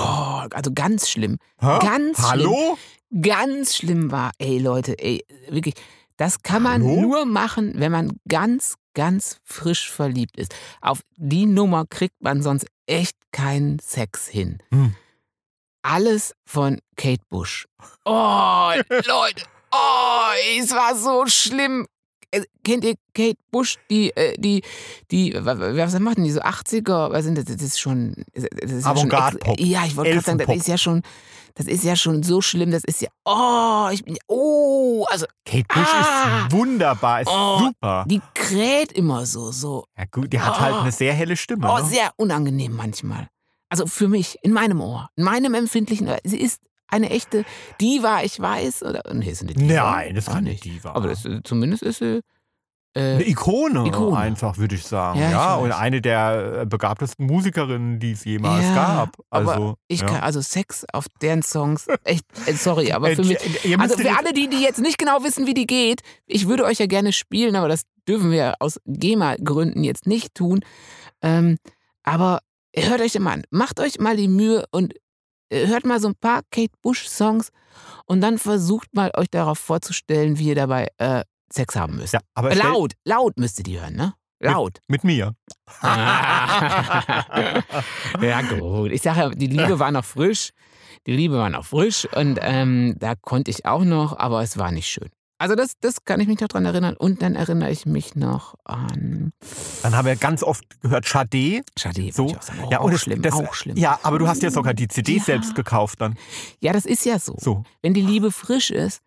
B: Oh, also ganz schlimm.
A: Hä?
B: Ganz schlimm.
A: Hallo?
B: Ganz schlimm war, ey Leute, ey, wirklich, das kann man
A: Hallo?
B: nur machen, wenn man ganz, ganz frisch verliebt ist. Auf die Nummer kriegt man sonst echt keinen Sex hin.
A: Hm.
B: Alles von Kate Bush. Oh, Leute. Oh, es war so schlimm. Äh, Kennt ihr Kate Bush, die, äh, die, die, wa- wa- was macht denn die, so 80er, was sind das, das ist schon, das ist ja schon,
A: Avantgarde-Pop.
B: ja, ich wollte gerade sagen, das
A: Elfenpop.
B: ist ja schon, das ist ja schon so schlimm, das ist ja, oh, ich bin, oh, also,
A: Kate Bush
B: Ah!
A: ist wunderbar, ist
B: Oh.
A: super.
B: die kräht immer so, so,
A: Ja, gut, die hat halt
B: Oh.
A: eine sehr helle Stimme.
B: oh,
A: ne?
B: sehr unangenehm manchmal. Also für mich, in meinem Ohr, in meinem empfindlichen Ohr, sie ist eine echte Diva, ich weiß, oder, nee, ist eine Diva.
A: Nein, das
B: Auch
A: kann nicht die
B: Aber das, äh, zumindest ist sie. Äh,
A: Eine Ikone,
B: Ikone.
A: einfach, würde ich sagen.
B: Ja,
A: Ja,
B: ich weiß.
A: und eine der äh, begabtesten Musikerinnen, die es jemals
B: Ja,
A: gab.
B: aber
A: Also,
B: ich
A: ja.
B: kann, also Sex auf deren Songs, echt, äh, sorry, aber für
A: Äh,
B: mich.
A: ihr
B: Also
A: müsstet
B: für
A: jetzt-
B: alle die, die jetzt nicht genau wissen, wie die geht, ich würde euch ja gerne spielen, aber das dürfen wir aus GEMA-Gründen jetzt nicht tun. Ähm, aber hört euch immer an, macht euch mal die Mühe und äh, hört mal so ein paar Kate Bush-Songs und dann versucht mal euch darauf vorzustellen, wie ihr dabei äh, Sex haben müsst.
A: ja, aber stell-
B: laut, laut müsst ihr die hören, ne? Laut.
A: Mit mir.
B: Ah. ja, gut. Ich sage ja, die Liebe war noch frisch. Die Liebe war noch frisch und ähm, da konnte ich auch noch, aber es war nicht schön. Also das, das kann ich mich noch dran erinnern. Und dann erinnere ich mich noch an
A: Dann haben wir ganz oft gehört Chade.
B: Schade, wollte
A: So.
B: ich auch, sagen. Oh,
A: Ja,
B: auch
A: und das-
B: schlimm,
A: das-
B: auch schlimm. Ja.
A: Ja, aber du hast ja sogar die CD
B: Ja.
A: selbst gekauft dann.
B: das ist ja so.
A: So.
B: Wenn die Liebe frisch ist,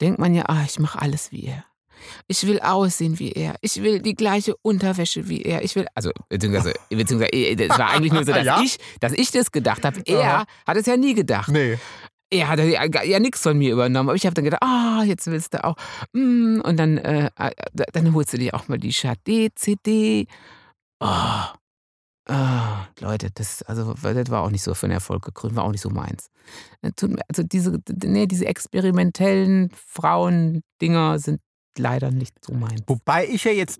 B: denkt man ja, ah, ich mache alles wie er. Ich will aussehen wie er. Ich will die gleiche Unterwäsche wie er. Ich will, also, beziehungsweise, beziehungsweise es war eigentlich nur so, dass,
A: Ja.
B: ich, dass ich das gedacht habe. Er
A: Aha.
B: hat es ja nie gedacht.
A: Nee.
B: Er hat ja, gar- ja nichts von mir übernommen, aber ich habe dann gedacht, ah, jetzt willst du auch. mm, und dann, äh, äh, da- dann holst du dir auch mal die Schade-CD. Ah, ah, Leute, das, also, das war auch nicht so für den Erfolg gekrönt, war auch nicht so meins. Äh, tut mir- Also diese, nee, diese experimentellen Frauen-Dinger sind leider nicht so meins.
A: Wobei ich ja jetzt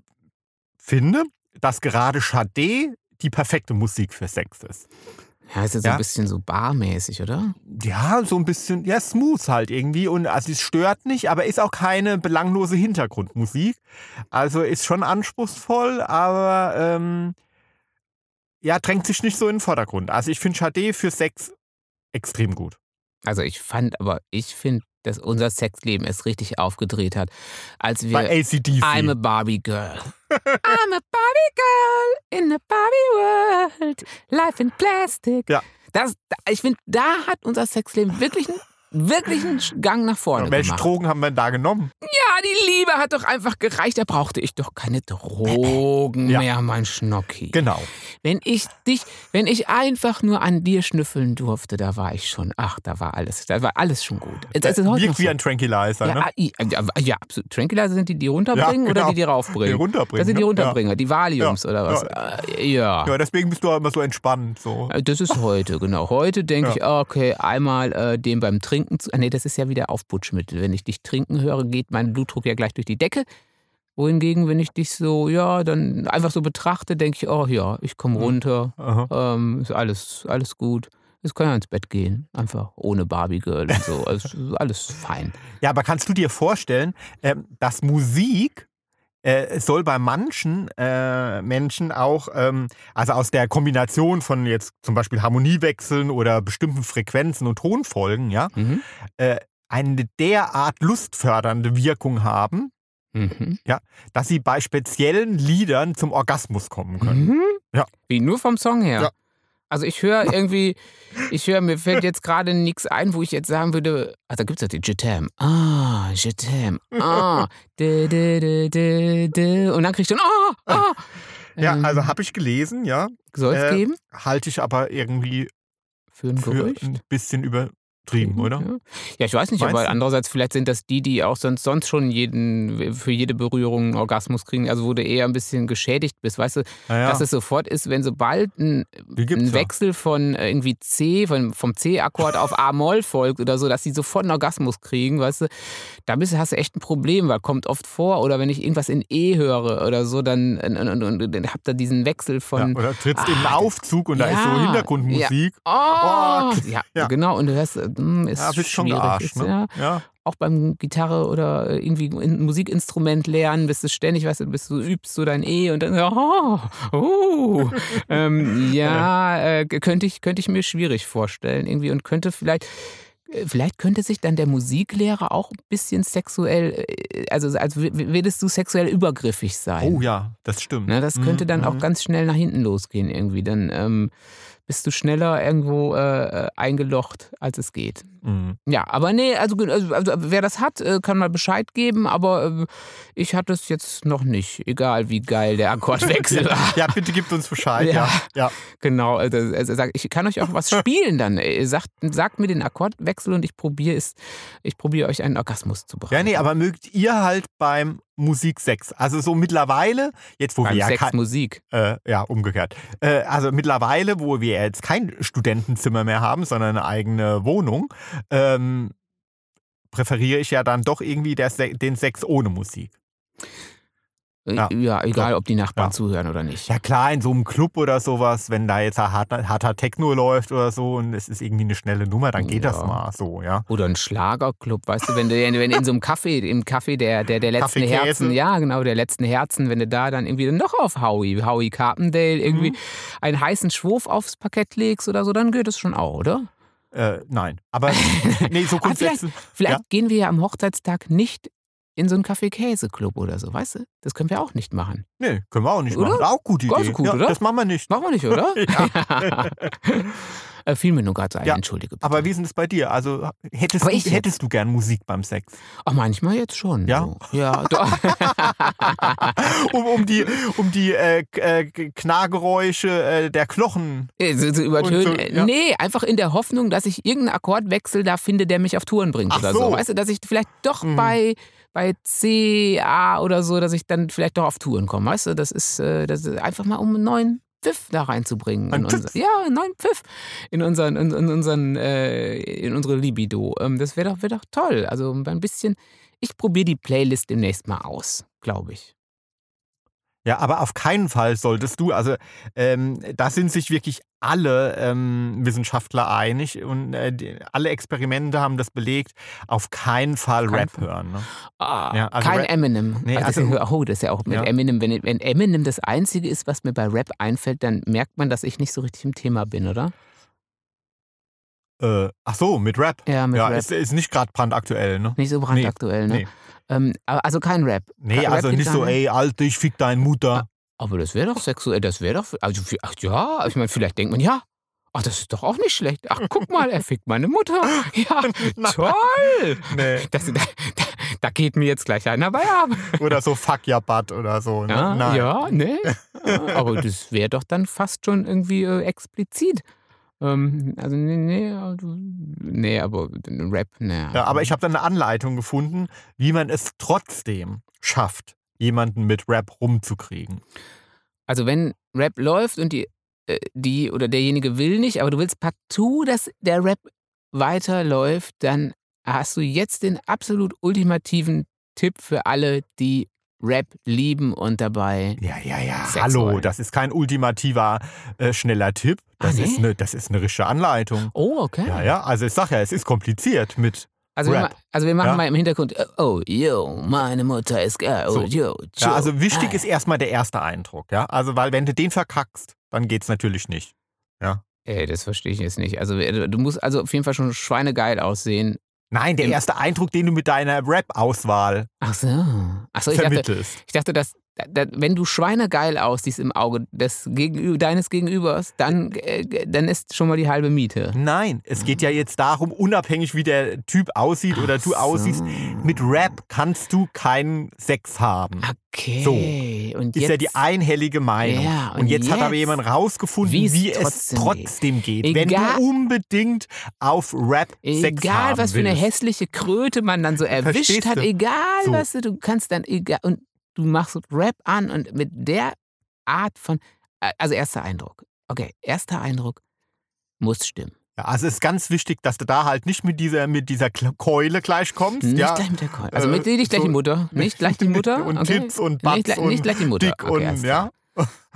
A: finde, dass gerade Chade die perfekte Musik für Sex ist.
B: Ja, ist jetzt so
A: Ja.
B: ein bisschen so barmäßig, oder?
A: Ja, so ein bisschen, ja, smooth halt irgendwie. Und also es stört nicht, aber ist auch keine belanglose Hintergrundmusik. Also ist schon anspruchsvoll, aber ähm, ja, drängt sich nicht so in den Vordergrund. Also ich finde Chade für Sex extrem gut.
B: Also ich fand, aber ich finde, dass unser Sexleben es richtig aufgedreht hat, als wir
A: Bei ACDC.
B: I'm a Barbie girl. I'm a Barbie girl in a Barbie world. Life in plastic.
A: Ja.
B: Das, ich finde, da hat unser Sexleben wirklich einen, wirklich einen Gang nach vorne
A: Welche
B: gemacht.
A: Drogen haben wir denn da genommen?
B: Ja, die Liebe hat doch einfach gereicht. Da brauchte ich doch keine Drogen
A: Ja.
B: mehr, mein Schnocki.
A: Genau.
B: Wenn ich dich, wenn ich einfach nur an dir schnüffeln durfte, da war ich schon. Ach, da war alles, da war alles schon gut. Das ist heute noch
A: Wirkt
B: so.
A: wie ein Tranquilizer,
B: ja,
A: ne?
B: ah, i- ja, ja, absolut. Tranquilizer sind die, die runterbringen
A: Ja,
B: oder
A: genau.
B: die, die raufbringen?
A: Die runterbringen,
B: Das sind die
A: ne?
B: Runterbringer, die Valiums oder was? Äh, Ja. Also Äh,
A: Ja, deswegen bist du auch immer so entspannt. So.
B: Das ist heute, genau. Heute denke ich, okay, einmal äh, dem beim Trinken zu. ah, Nee, das ist ja wieder Aufputschmittel. Wenn ich dich trinken höre, geht mein Blutdruck ja gleich durch die Decke. Wohingegen, wenn ich dich so, ja, dann einfach so betrachte, denke ich, oh ja, ich
A: Mhm.
B: komme runter,
A: Aha.
B: ähm, ist alles, alles gut. Jetzt kann ja ins Bett gehen. Einfach ohne Barbie-Girl und so. Also, alles fein.
A: Ja, aber kannst du dir vorstellen, ähm, dass Musik äh, soll bei manchen äh, Menschen auch, ähm, also aus der Kombination von jetzt zum Beispiel Harmoniewechseln oder bestimmten Frequenzen und Tonfolgen, ja,
B: Mhm.
A: äh, eine derart lustfördernde Wirkung haben,
B: Mhm.
A: dass sie bei speziellen Liedern zum Orgasmus kommen können.
B: Mhm.
A: Ja.
B: Wie nur vom Song her.
A: Ja.
B: Also ich höre irgendwie, ich höre, mir fällt jetzt gerade nichts ein, wo ich jetzt sagen würde, ah, da gibt es ja die Je t'aime. Ah, Je t'aime. Ah. de, de, de, de, de. Und dann kriegst du ein Ah, ah.
A: Ja,
B: Ähm,
A: also habe ich gelesen, ja,
B: Soll es
A: äh,
B: geben?
A: halte ich aber irgendwie
B: Für ein
A: für
B: Gerücht? Mhm,
A: ein bisschen übertrieben, oder?
B: Ja. ja, ich weiß nicht,
A: Meinst
B: aber
A: du?
B: andererseits vielleicht sind das die, die auch sonst, sonst schon jeden, für jede Berührung einen Orgasmus kriegen, also wo du eher ein bisschen geschädigt bist, weißt du,
A: Naja,
B: dass es sofort ist, wenn sobald ein,
A: die gibt's
B: ein
A: ja.
B: Wechsel von äh, irgendwie C, von, vom C-Akkord auf A-Moll folgt oder so, dass sie sofort einen Orgasmus kriegen, weißt du, da bist, hast du echt ein Problem, weil kommt oft vor oder wenn ich irgendwas in E höre oder so, dann und, und, und, und, dann habt ihr diesen Wechsel
A: Ja,
B: von
A: oder trittst in den
B: Ah,
A: Aufzug und da ist so
B: ja,
A: Hintergrundmusik.
B: Oh,
A: Oh,
B: ja,
A: ja.
B: genau. Und du hörst, äh, hm, ist
A: Ja, bist schon
B: schwierig.
A: gearscht,
B: ist,
A: ne?
B: ja,
A: Ja.
B: auch beim Gitarre oder äh, irgendwie ein Musikinstrument lernen, bist du ständig, weißt du, bist du übst so dein E und dann, oh, oh ähm, ja, äh, könnte ich, könnte ich mir schwierig vorstellen irgendwie und könnte vielleicht, äh, vielleicht könnte sich dann der Musiklehrer auch ein bisschen sexuell, äh, also als w- w- würdest du sexuell übergriffig sein.
A: Oh ja, das stimmt.
B: Ne, das könnte
A: Mhm,
B: dann auch
A: mhm.
B: ganz schnell nach hinten losgehen irgendwie. Dann ähm, bist du schneller irgendwo äh, äh, eingelocht, als es geht.
A: Mhm.
B: Ja, aber nee, also, also also wer das hat, äh, kann mal Bescheid geben, aber ähm, ich hatte es jetzt noch nicht, egal wie geil der Akkordwechsel war.
A: Ja, bitte gebt uns Bescheid.
B: Ja.
A: Ja. Ja.
B: Genau, also, also sag- ich kann euch auch was spielen dann. Äh, Sagt, sagt mir den Akkordwechsel und ich probiere es, ich probiere euch einen Orgasmus zu bereiten.
A: ja, nee, aber mögt ihr halt beim Musiksex. Also so mittlerweile, jetzt wo
B: Beim
A: wir ja
B: Sex
A: kein,
B: Musik.
A: äh, ja, umgekehrt. Äh, also mittlerweile, wo wir jetzt kein Studentenzimmer mehr haben, sondern eine eigene Wohnung, ähm, präferiere ich ja dann doch irgendwie der Se den Sex ohne Musik.
B: Ja,
A: Ja.
B: ja egal, ob die Nachbarn
A: Ja.
B: zuhören oder nicht.
A: Ja klar, in so einem Club oder sowas, wenn da jetzt harter, harter Techno läuft oder so und es ist irgendwie eine schnelle Nummer, dann geht das
B: Ja.
A: mal so, ja.
B: Oder ein Schlagerclub, weißt du, wenn du wenn in so einem Kaffee, im Kaffee der, der, der letzten
A: Kaffeekäse.
B: Herzen, ja genau, der letzten Herzen, wenn du da dann irgendwie noch auf Howie, Howie
A: Mhm.
B: Carpendale irgendwie einen heißen Schwurf aufs Parkett legst oder so, dann geht es schon auch, oder?
A: Äh, nein, aber nee, so
B: Ah, vielleicht
A: grundsätzlich.
B: vielleicht
A: Ja.
B: gehen wir ja am Hochzeitstag nicht in so einen Kaffee-Käse-Club oder so, weißt du? Das können wir auch nicht machen.
A: Nee, können wir auch nicht
B: Oder?
A: machen. Auch gute
B: Gar
A: Idee.
B: so gut,
A: ja,
B: oder?
A: Das machen wir nicht.
B: Machen wir nicht, oder?
A: Ja.
B: äh, fiel mir nur gerade ein,
A: Ja,
B: entschuldige bitte.
A: Aber wie ist denn das bei dir? Also hättest,
B: Aber
A: du,
B: ich jetzt-
A: hättest du gern Musik beim Sex?
B: Ach, manchmal jetzt schon.
A: Ja?
B: So. Ja, doch.
A: Um, um die, um die äh, k- äh, k- Knargeräusche äh, der Knochen.
B: Äh, So, so übertönen.
A: Und so,
B: äh,
A: ja.
B: Nee, einfach in der Hoffnung, dass ich irgendeinen Akkordwechsel da finde, der mich auf Touren bringt
A: Ach
B: oder so.
A: so.
B: Weißt du, dass ich vielleicht doch
A: Mhm.
B: bei, bei C, A oder so, dass ich dann vielleicht doch auf Touren komme. Weißt du, das ist, äh, das ist einfach mal um einen neuen Pfiff da reinzubringen.
A: Ein
B: in unser,
A: Pfiff?
B: ja, einen neuen Pfiff in, unseren, in, in, unseren, äh, in unsere Libido. Ähm, das wäre doch, wär doch toll. Also ein bisschen, ich probiere die Playlist demnächst mal aus, glaube ich.
A: Ja, aber auf keinen Fall solltest du, also ähm, da sind sich wirklich alle ähm, Wissenschaftler einig und äh, die, alle Experimente haben das belegt, auf keinen Fall
B: keinen
A: Rap
B: Fall.
A: hören. Ne?
B: Ah,
A: Ja, also
B: kein
A: Rap-
B: Eminem.
A: Nee,
B: also
A: also-
B: das, oh, das ist ja auch mit
A: Ja.
B: Eminem. Wenn, wenn Eminem das Einzige ist, was mir bei Rap einfällt, dann merkt man, dass ich nicht so richtig im Thema bin, oder?
A: Äh, ach so, mit Rap.
B: Ja, mit
A: ja,
B: Rap.
A: Ist, ist nicht gerade brandaktuell, ne?
B: nicht so brandaktuell, ne?
A: nee.
B: Ähm, aber- also kein Rap.
A: Nee,
B: Rap
A: also
B: gibt's
A: nicht
B: da
A: so,
B: nicht?
A: ey, Alter, ich fick deine Mutter.
B: Aber das wäre doch sexuell, das wäre doch. Also, vi- ach ja, ich meine, vielleicht denkt man, ja. Ach, das ist doch auch nicht schlecht. Ach, guck mal, er fickt meine Mutter. Ja,
A: Nein.
B: Ah, toll.
A: Nee.
B: Das, da, da, da geht mir jetzt gleich einer bei ab.
A: Oder so, fuck your butt oder so. Ne?
B: Ja,
A: Nein.
B: ja ne? Aber das wäre doch dann fast schon irgendwie äh, explizit. Ähm, also, nee, nee, also, nee, aber Rap, ne.
A: Ja, aber ich habe dann eine Anleitung gefunden, wie man es trotzdem schafft, jemanden mit Rap rumzukriegen.
B: Also wenn Rap läuft und die, äh, die oder derjenige will nicht, aber du willst partout, dass der Rap weiterläuft, dann hast du jetzt den absolut ultimativen Tipp für alle, die Rap lieben und dabei.
A: Ja, ja, ja.
B: Sex
A: Hallo,
B: wollen.
A: das ist kein ultimativer, äh, schneller Tipp. Das,
B: Ah, nee?
A: ist eine, das ist eine richtige Anleitung.
B: Oh, okay.
A: Ja, ja, also ich sag ja, es ist kompliziert mit.
B: Also, wir,
A: Rap.
B: ma- also wir machen
A: Ja.
B: mal im Hintergrund, äh, oh, yo, meine Mutter ist geil, oh,
A: So.
B: yo,
A: Ja,
B: Joe.
A: also wichtig
B: Ah.
A: ist erstmal der erste Eindruck, ja. Also, weil wenn du den verkackst, dann geht's natürlich nicht.
B: Ey, das verstehe ich jetzt nicht. Also äh, du musst also auf jeden Fall schon schweinegeil aussehen.
A: Nein, der
B: Im-
A: erste Eindruck, den du mit deiner Rap-Auswahl
B: Ach so. Ach so, ich dachte,
A: vermittelst.
B: Ich dachte, dass, da, da- wenn du schweinegeil aussiehst im Auge des Gegenü deines Gegenübers, dann, äh, dann ist schon mal die halbe Miete.
A: Nein, es geht ja
B: Hm.
A: jetzt darum, unabhängig wie der Typ aussieht oder du aussiehst, mit Rap kannst du keinen Sex haben.
B: Okay. So. Und
A: Ist
B: jetzt,
A: ja die einhellige Meinung.
B: Ja,
A: und,
B: und
A: jetzt, hat aber
B: jetzt,
A: jemand rausgefunden,
B: wie
A: wie,
B: es
A: es
B: trotzdem geht.
A: trotzdem geht,
B: Egal-
A: wenn du unbedingt auf Rap Sex
B: Egal,
A: haben
B: was für eine
A: willst.
B: hässliche Kröte man dann so erwischt
A: Verstehst
B: hat,
A: du?
B: egal,
A: So.
B: was du, du kannst dann, egal, und du machst Rap an und mit der Art von, also erster Eindruck. Okay, erster Eindruck muss stimmen.
A: ja, also es ist ganz wichtig, dass du da halt nicht mit dieser, mit dieser Kle- Keule gleich kommst.
B: Nicht
A: ja.
B: gleich mit der Keule. Also
A: äh,
B: mit, nicht gleich
A: so-
B: die Mutter. Nicht gleich die Mutter.
A: und
B: okay.
A: Tits und
B: Nicht
A: Butts
B: gleich-
A: und
B: nicht gleich die Mutter.
A: dick
B: Okay, alles
A: und ja,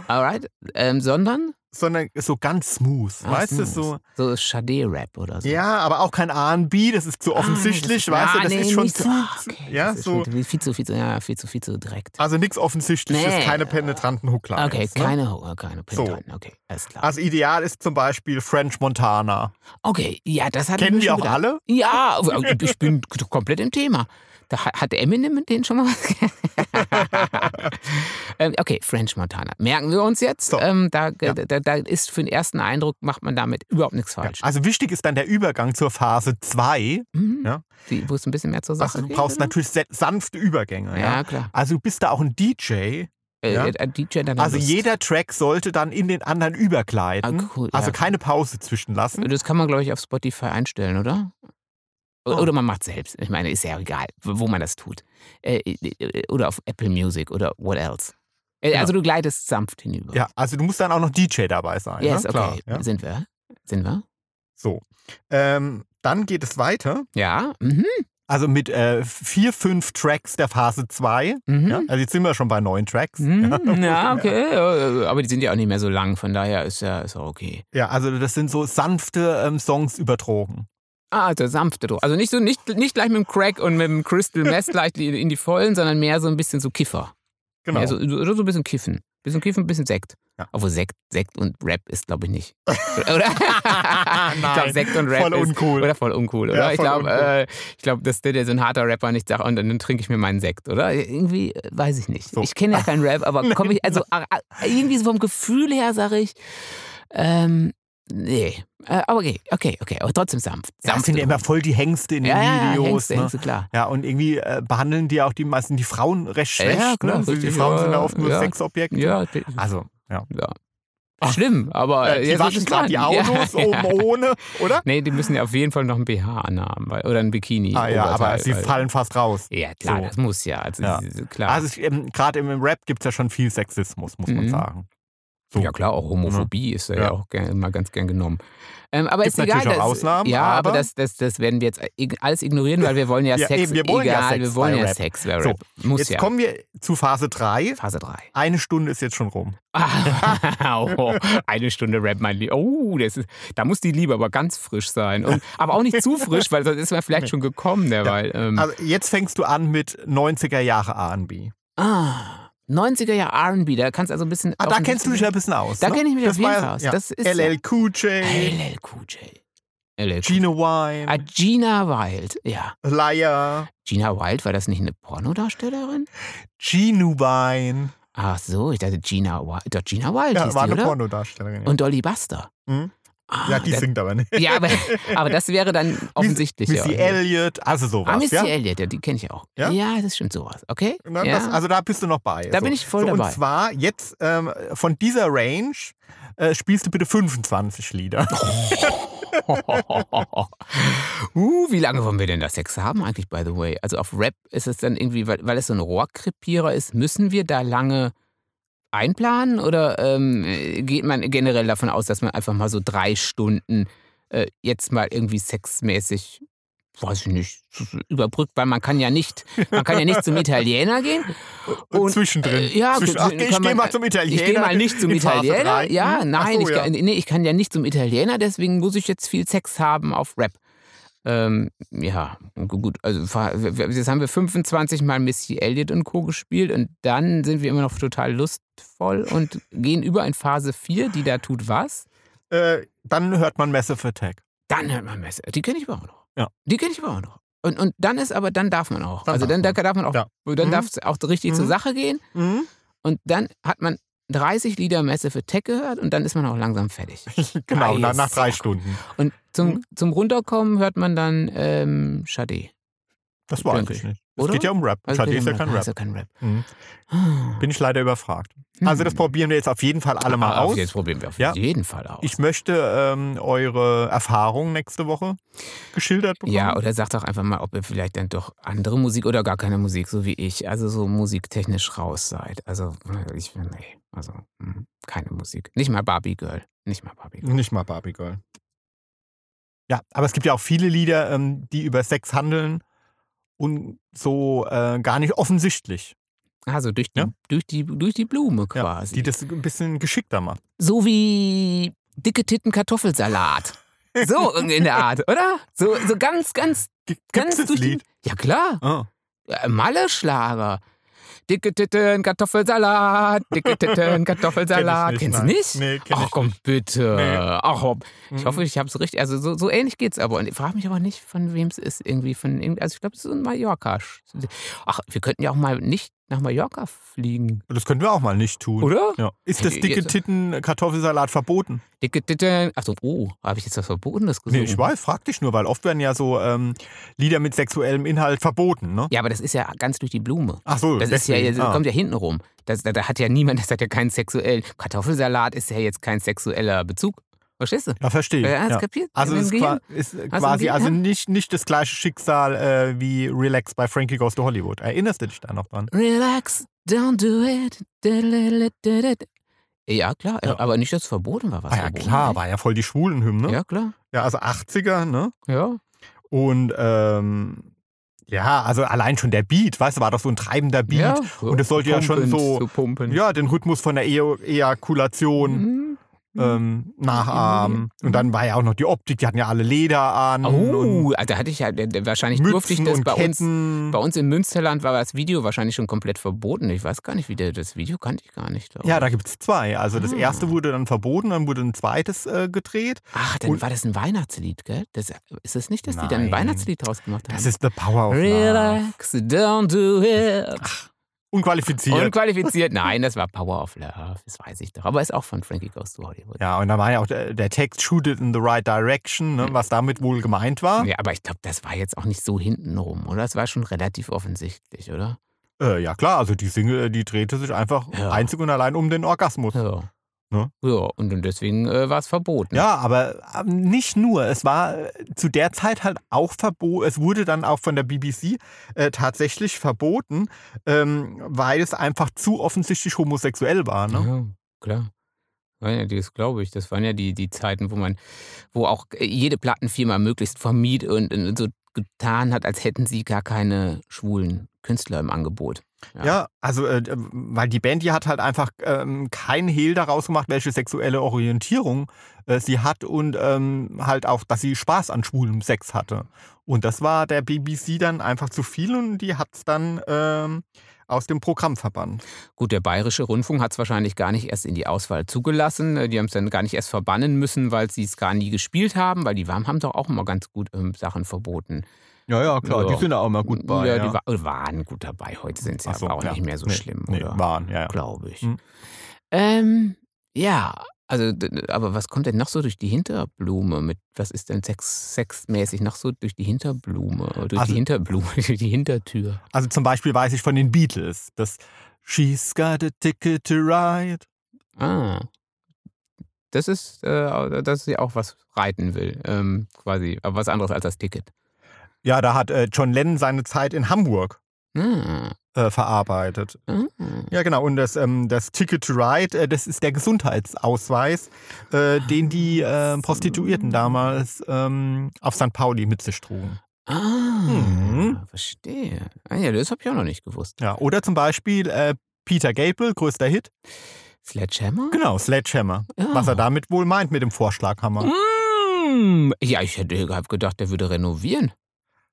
B: Alright, ähm, sondern
A: sondern so ganz smooth,
B: Ach,
A: weißt du,
B: Ah, smooth.
A: so
B: so Chade-Rap oder so.
A: Ja, aber auch kein R&B, das ist zu offensichtlich,
B: Ah,
A: weißt du,
B: ah,
A: das
B: nee,
A: ist schon
B: nicht
A: zu,
B: so. Okay,
A: ja,
B: das ist
A: so,
B: schon viel zu, viel zu, ja, viel zu, viel zu direkt.
A: also nichts offensichtliches,
B: Nee.
A: keine penetranten Hooklines.
B: okay,
A: ne?
B: keine Hunger, keine
A: So.
B: Pinkeln. Okay, alles klar.
A: Also ideal ist zum Beispiel French Montana.
B: okay, ja, das hat
A: Kennen die auch alle?
B: Ja, äh, ich bin k- komplett im Thema. Da ha- hat Eminem mit denen schon mal was. ähm, okay, French Montana. Merken wir uns jetzt.
A: So.
B: Ähm, da,
A: Ja.
B: da, da ist für den ersten Eindruck, macht man damit überhaupt nichts falsch.
A: Also wichtig ist dann der Übergang zur Phase 2.
B: Mhm.
A: Ja.
B: Die, wo es ein bisschen mehr zur Sache
A: Also du
B: geht,
A: brauchst
B: oder?
A: natürlich se- sanfte Übergänge. Ja.
B: Ja, klar.
A: Also du bist da auch ein DJ.
B: Äh,
A: Ja.
B: Ein DJ dann
A: Also
B: Lust.
A: jeder Track sollte dann in den anderen übergleiten.
B: Ah, cool,
A: also
B: ja.
A: keine Pause zwischenlassen.
B: Äh, Das kann man, glaube ich, auf Spotify einstellen, oder? O-
A: Oh.
B: Oder man macht selbst. Ich meine, ist ja egal, wo wo man das tut. Äh, äh, Oder auf Apple Music oder what else. Äh,
A: Genau.
B: Also du gleitest sanft hinüber.
A: Ja, also du musst dann auch noch DJ dabei sein.
B: Yes,
A: ne?
B: okay.
A: Klar, ja.
B: Sind wir? Sind wir?
A: So. Ähm, dann geht es weiter.
B: Ja. Mhm.
A: Also mit äh, vier, fünf Tracks der Phase 2.
B: Mhm.
A: Ja? Also jetzt sind wir schon bei neun Tracks.
B: Mhm. Ja, okay. Äh, Aber die sind ja auch nicht mehr so lang, von daher ist ja, ist ja okay.
A: Ja, also das sind so sanfte ähm, Songs über Drogen.
B: Ah, also sanfte Druck. Also nicht so nicht, nicht gleich mit dem Crack und mit dem Crystal Mess gleich die- in die Vollen, sondern mehr so ein bisschen so Kiffer.
A: Genau.
B: Mehr Also, so, oder so ein bisschen Kiffen. Bisschen Kiffen, bisschen Sekt.
A: Ja.
B: Obwohl Sekt, Sekt und Rap ist, glaube ich, nicht. Oder? ich glaube,
A: Nein,
B: Sekt und Rap
A: voll
B: ist
A: uncool.
B: Oder voll uncool, oder?
A: Ja,
B: ich
A: voll
B: glaube,
A: uncool.
B: äh, ich glaub, dass der, der so ein harter Rapper nicht sagt, und dann trinke ich mir meinen Sekt, oder? Irgendwie äh, weiß ich nicht.
A: So.
B: Ich kenne ja keinen Rap, aber komme ich, also äh, äh, irgendwie so vom Gefühl her sage ich, ähm, nee. Äh, aber okay, okay, okay, aber trotzdem sanft.
A: ja, das
B: Sanft
A: sind ja immer voll die Hengste in den
B: ja, ja,
A: Videos.
B: Hengste,
A: ne?
B: Hengste, klar.
A: Ja, und irgendwie äh, behandeln die auch die meisten die Frauen recht
B: Ja,
A: schlecht.
B: klar,
A: ne? Also die
B: richtig,
A: Frauen
B: ja,
A: sind ja oft nur
B: ja.
A: Sexobjekte.
B: Ja, die-
A: Also, ja.
B: ja. Schlimm, aber
A: Äh,
B: Oh, jetzt
A: die
B: ist
A: waschen
B: es
A: gerade die
B: dran. Ja,
A: Autos Oh,
B: ja.
A: oben ohne, oder?
B: Nee, die müssen ja auf jeden Fall noch ein BH anhaben weil- oder ein Bikini.
A: Ah ja, aber
B: Oberteil,
A: sie
B: weil-
A: fallen fast raus.
B: Ja, klar,
A: so.
B: das muss ja. Also,
A: Ja.
B: sie- klar.
A: Also ähm, gerade im Rap gibt es ja schon viel Sexismus, muss man
B: Mhm.
A: sagen. so.
B: Ja, klar, auch Homophobie ist ja,
A: ne? Ja.
B: auch gern, immer ganz gern genommen. Ähm, aber
A: Gibt
B: ist egal.
A: natürlich auch
B: das,
A: Ausnahmen,
B: ja, aber,
A: aber-
B: das, das, das werden wir jetzt äh, ig- alles ignorieren, weil wir wollen ja,
A: Ja,
B: Sex.
A: eben, wir wollen ja
B: egal,
A: Sex
B: wir wollen
A: bei
B: ja
A: Rap.
B: Sex bei
A: So,
B: Rap. Muss
A: Jetzt
B: ja.
A: kommen wir zu Phase 3.
B: Phase 3.
A: Eine Stunde ist jetzt schon rum.
B: oh, eine Stunde Rap, mein Lieber. Oh, das ist, da muss die Liebe aber ganz frisch sein. Und, aber auch nicht zu frisch, weil sonst ist man vielleicht schon gekommen derweil. Ähm,
A: Also jetzt fängst du an mit 90er Jahre R&B.
B: ah, 90er Jahre RB, da kannst du also ein bisschen.
A: Ah,
B: auf
A: da
B: den-
A: kennst du dich ja ein bisschen aus.
B: Da
A: ne?
B: kenne ich mich
A: Das
B: auf jeden
A: war-
B: Fall aus.
A: Ja.
B: Das ist
A: LL Cool J.
B: LL Cool J. LL Cool J.
A: Gina Wine,
B: Ah, Gina Wild, ja.
A: Liar,
B: Gina Wild, war das nicht eine Pornodarstellerin?
A: Ginubine.
B: Ach so, ich dachte Gina Wild. Doch, Gina Wild
A: Ja,
B: hieß
A: war
B: die,
A: eine
B: oder?
A: Pornodarstellerin. ja.
B: Und Dolly Buster.
A: Mhm.
B: Ah,
A: ja, die
B: das,
A: singt aber nicht.
B: ja aber, aber das wäre dann offensichtlich.
A: Missy
B: ja.
A: Elliott, also sowas.
B: Ah, Missy
A: ja?
B: Elliott, ja, die kenne ich auch.
A: Ja?
B: Ja? das stimmt sowas. Okay?
A: Na,
B: ja.
A: das, also da bist du noch bei.
B: da bin ich voll
A: so,
B: dabei.
A: Und zwar jetzt ähm, von dieser Range äh, spielst du bitte 25 Lieder.
B: uh, wie lange wollen wir denn da Sex haben eigentlich, by the way? Also auf Rap ist es dann irgendwie, weil, weil es so ein Rohrkrepierer ist, müssen wir da lange einplanen oder ähm, geht man generell davon aus, dass man einfach mal so drei Stunden äh, jetzt mal irgendwie sexmäßig weiß ich nicht, überbrückt, weil man kann ja nicht, man kann ja nicht zum Italiener gehen
A: Und zwischendrin.
B: äh, ja,
A: Zwischen,
B: gut,
A: ach,
B: kann
A: ich gehe
B: man-
A: mal zum Italiener.
B: Ich gehe mal nicht zum
A: in Phase drei.
B: Italiener. Ja,
A: Hm?
B: nein,
A: Ach so,
B: ich,
A: ja.
B: Kann, nee, ich kann ja nicht zum Italiener, deswegen muss ich jetzt viel Sex haben auf Rap. Ähm, ja, gu- gut. Also fa- w- w- jetzt haben wir 25 Mal Missy Elliott und Co. gespielt und dann sind wir immer noch total lustvoll und gehen über in Phase 4, die da tut was.
A: Äh, dann hört man Massive Attack.
B: Dann hört man Messer. Die kenne ich aber auch noch.
A: Ja.
B: Die kenne ich aber auch noch. Und, und dann ist aber, dann darf man auch.
A: Dann
B: also
A: darf
B: dann, darf man auch,
A: Ja.
B: dann
A: Mhm.
B: darf es auch richtig zur
A: Mhm.
B: Sache gehen.
A: Mhm.
B: Und dann hat man 30 Lieder Massive Attack gehört und dann ist man auch langsam fertig.
A: Genau, na,
B: Nice.
A: nach drei Stunden.
B: Und zum,
A: Mhm.
B: zum Runterkommen hört man dann ähm, Sade.
A: Das war
B: Denke
A: eigentlich
B: ich.
A: nicht. Es
B: Oder?
A: geht ja um Rap.
B: Also
A: Schade,
B: geht
A: ist ja
B: um
A: kein
B: Ah,
A: Rap.
B: Ist ja kein Rap.
A: Mhm.
B: Hm.
A: Bin ich leider überfragt. Also das probieren wir jetzt auf jeden Fall alle mal
B: Ah,
A: aus.
B: Jetzt probieren wir auf
A: Ja.
B: jeden Fall aus.
A: Ich möchte ähm, eure Erfahrungen nächste Woche geschildert bekommen.
B: ja, oder sagt doch einfach mal, ob ihr vielleicht dann doch andere Musik oder gar keine Musik, so wie ich, also so musiktechnisch raus seid. Also ich finde, nee, also mm, keine Musik. Nicht mal Barbie Girl. Nicht mal Barbie Girl.
A: Nicht mal Barbie Girl. Ja, aber es gibt ja auch viele Lieder, ähm, die über Sex handeln und so äh, gar nicht offensichtlich,
B: Also durch die,
A: Ja.
B: durch die, durch die Blume
A: Ja,
B: quasi.
A: die das ein bisschen geschickter machen.
B: So wie dicke Titten Kartoffelsalat. So irgendwie in der Art, oder? So, so ganz, ganz,
A: G- Gibt's
B: ganz
A: das
B: durch die-
A: Lied?
B: Ja klar,
A: Ah.
B: äh, Malle-Schlager. Dicke Titten Kartoffelsalat, dicke Titten Kartoffelsalat.
A: Kenn ich
B: Kennst du nicht?
A: Nein. Nee, kenn
B: Ach
A: ich
B: komm, bitte.
A: Nee. Mhm.
B: Ach, hopp.
A: nicht.
B: ich hoffe, ich hab's richtig. Also so, so ähnlich geht's aber. Und ich frage mich aber nicht, von wem es ist irgendwie. Von, irgend- also ich glaube, es ist so ein Mallorca. Ach, wir könnten ja auch mal nicht nach Mallorca fliegen,
A: Mhm. Das könnten wir auch mal nicht tun.
B: oder?
A: Ja. Ist das
B: Hey,
A: dicke
B: jetzt-
A: Titten äh, Kartoffelsalat verboten?
B: Dicke Titten. Achso, oh, habe ich jetzt was Verbotenes gesungen?
A: Nee, ich weiß, frag dich nur, weil oft werden ja so ähm, Lieder mit sexuellem Inhalt verboten, ne?
B: Ja, aber das ist ja ganz durch die Blume.
A: Ach so,
B: Das ist ja,
A: deswegen.
B: das
A: Ah.
B: kommt ja hinten rum. Das, da, da hat ja niemand, das hat ja keinen sexuellen. Kartoffelsalat ist ja jetzt kein sexueller Bezug. Verstehst du?
A: ja, verstehe.
B: Ja, hast
A: Hm, Ja.
B: kapiert?
A: Also
B: Im
A: es ist,
B: Gehirn?
A: qua ist äh,
B: du im
A: quasi
B: Gehirn?
A: also nicht, nicht das gleiche Schicksal äh, wie Relax bei Frankie Goes to Hollywood. Erinnerst du dich da noch dran?
B: Relax, don't do it. Diddle-diddle-diddle. Ja, klar,
A: Ja.
B: aber nicht, dass es verboten war. Was
A: Ah ja
B: verboten
A: klar,
B: war.
A: war ja voll die Schwulenhymne. Ja,
B: Ja, klar.
A: ja also 80er, ne?
B: Ja.
A: Und ähm, ja, also allein schon der Beat, weißt du, war doch so ein treibender Beat.
B: ja.
A: Und das sollte ja schon
B: Pumpend,
A: so-
B: so pumpen.
A: Ja, den Rhythmus von der Eo- Ejakulation
B: Mhm.
A: ähm, nachahmen. Und dann war ja auch noch die Optik, die hatten ja alle Leder an. und
B: Oh, da hatte ich ja, wahrscheinlich
A: Mützen
B: durfte ich das
A: und
B: bei uns
A: Ketten.
B: Bei uns im Münsterland war das Video wahrscheinlich schon komplett verboten. Ich weiß gar nicht, wie der, das Video kannte ich gar nicht. glaub ich.
A: ja, da gibt es zwei. Also das
B: Ah.
A: erste wurde dann verboten, dann wurde ein zweites äh, gedreht.
B: Ach, dann
A: und-
B: war das ein Weihnachtslied, gell? Das, ist das nicht, dass die dann
A: Nein.
B: ein Weihnachtslied draus gemacht haben?
A: Das ist The Power of Love.
B: Relax, don't do it.
A: Unqualifiziert.
B: Unqualifiziert. Nein, das war Power of Love. Das weiß ich doch. Aber ist auch von Frankie Goes to Hollywood.
A: ja, und da war ja auch der, der Text Shoot it in the right direction, ne, was damit wohl gemeint war.
B: Ja, aber ich glaube, das war jetzt auch nicht so hintenrum, oder? Es war schon relativ offensichtlich, oder?
A: Äh, ja, klar, also die Single, äh, die drehte sich einfach
B: Ja.
A: einzig und allein um den Orgasmus. Ja,
B: Ja.
A: Ne?
B: Ja, und, und deswegen äh, war es verboten.
A: aber ähm, nicht nur. Es war äh, zu der Zeit halt auch verboten, es wurde dann auch von der BBC äh, tatsächlich verboten, ähm, weil es einfach zu offensichtlich homosexuell war. Ne?
B: Ja, klar. Ja, ja, das glaube ich. Das waren ja die, die Zeiten, wo man, wo auch äh, jede Plattenfirma möglichst vermied und, und so getan hat, als hätten sie gar keine schwulen Künstler im Angebot.
A: Ja. also äh, weil die Band, die hat halt einfach ähm, keinen Hehl daraus gemacht, welche sexuelle Orientierung äh, sie hat und ähm, halt auch, dass sie Spaß an schwulem Sex hatte. Und das war der BBC dann einfach zu viel und die hat es dann ähm, aus dem Programm verbannen.
B: Gut, der Bayerische Rundfunk hat es wahrscheinlich gar nicht erst in die Auswahl zugelassen. ne? Die haben es dann gar nicht erst verbannen müssen, weil sie es gar nie gespielt haben, weil die waren, haben doch auch immer ganz gut ähm, Sachen verboten.
A: Ja, ja, klar,
B: Ja.
A: die sind da auch mal gut bei.
B: ja, die äh, wa- waren gut dabei. Heute sind sie
A: Ach so,
B: aber auch
A: ja.
B: nicht mehr so
A: Nee,
B: schlimm,
A: Nee,
B: oder?
A: waren, ja. ja.
B: Glaube ich.
A: Hm.
B: Ähm, ja, also, d- d- aber was kommt denn noch so durch die Hinterblume? Mit, was ist denn sex, sexmäßig noch so durch die Hinterblume? Oder Durch
A: Also-
B: die Hinterblume, durch die Hintertür.
A: Also zum Beispiel weiß ich von den Beatles, das She's got a ticket to ride.
B: Ah. Das ist, äh, dass sie auch was reiten will, ähm, quasi. Aber was anderes als das Ticket.
A: Ja, da hat äh, John Lennon seine Zeit in Hamburg
B: Ah.
A: äh, verarbeitet.
B: ah.
A: Ja, genau. Und das, ähm, das Ticket to Ride, äh, das ist der Gesundheitsausweis, äh, den die äh, Prostituierten damals ähm, auf St. Pauli mit sich trugen.
B: Ah,
A: Mhm.
B: verstehe. Ah ja, das habe ich auch noch nicht gewusst.
A: Ja, oder zum Beispiel äh, Peter Gabriel, größter Hit.
B: Sledgehammer? Ah.
A: Genau, Sledgehammer.
B: Ja.
A: Was er damit wohl meint mit dem Vorschlaghammer.
B: Mm. Ja, ich hätte hab gedacht, der würde renovieren.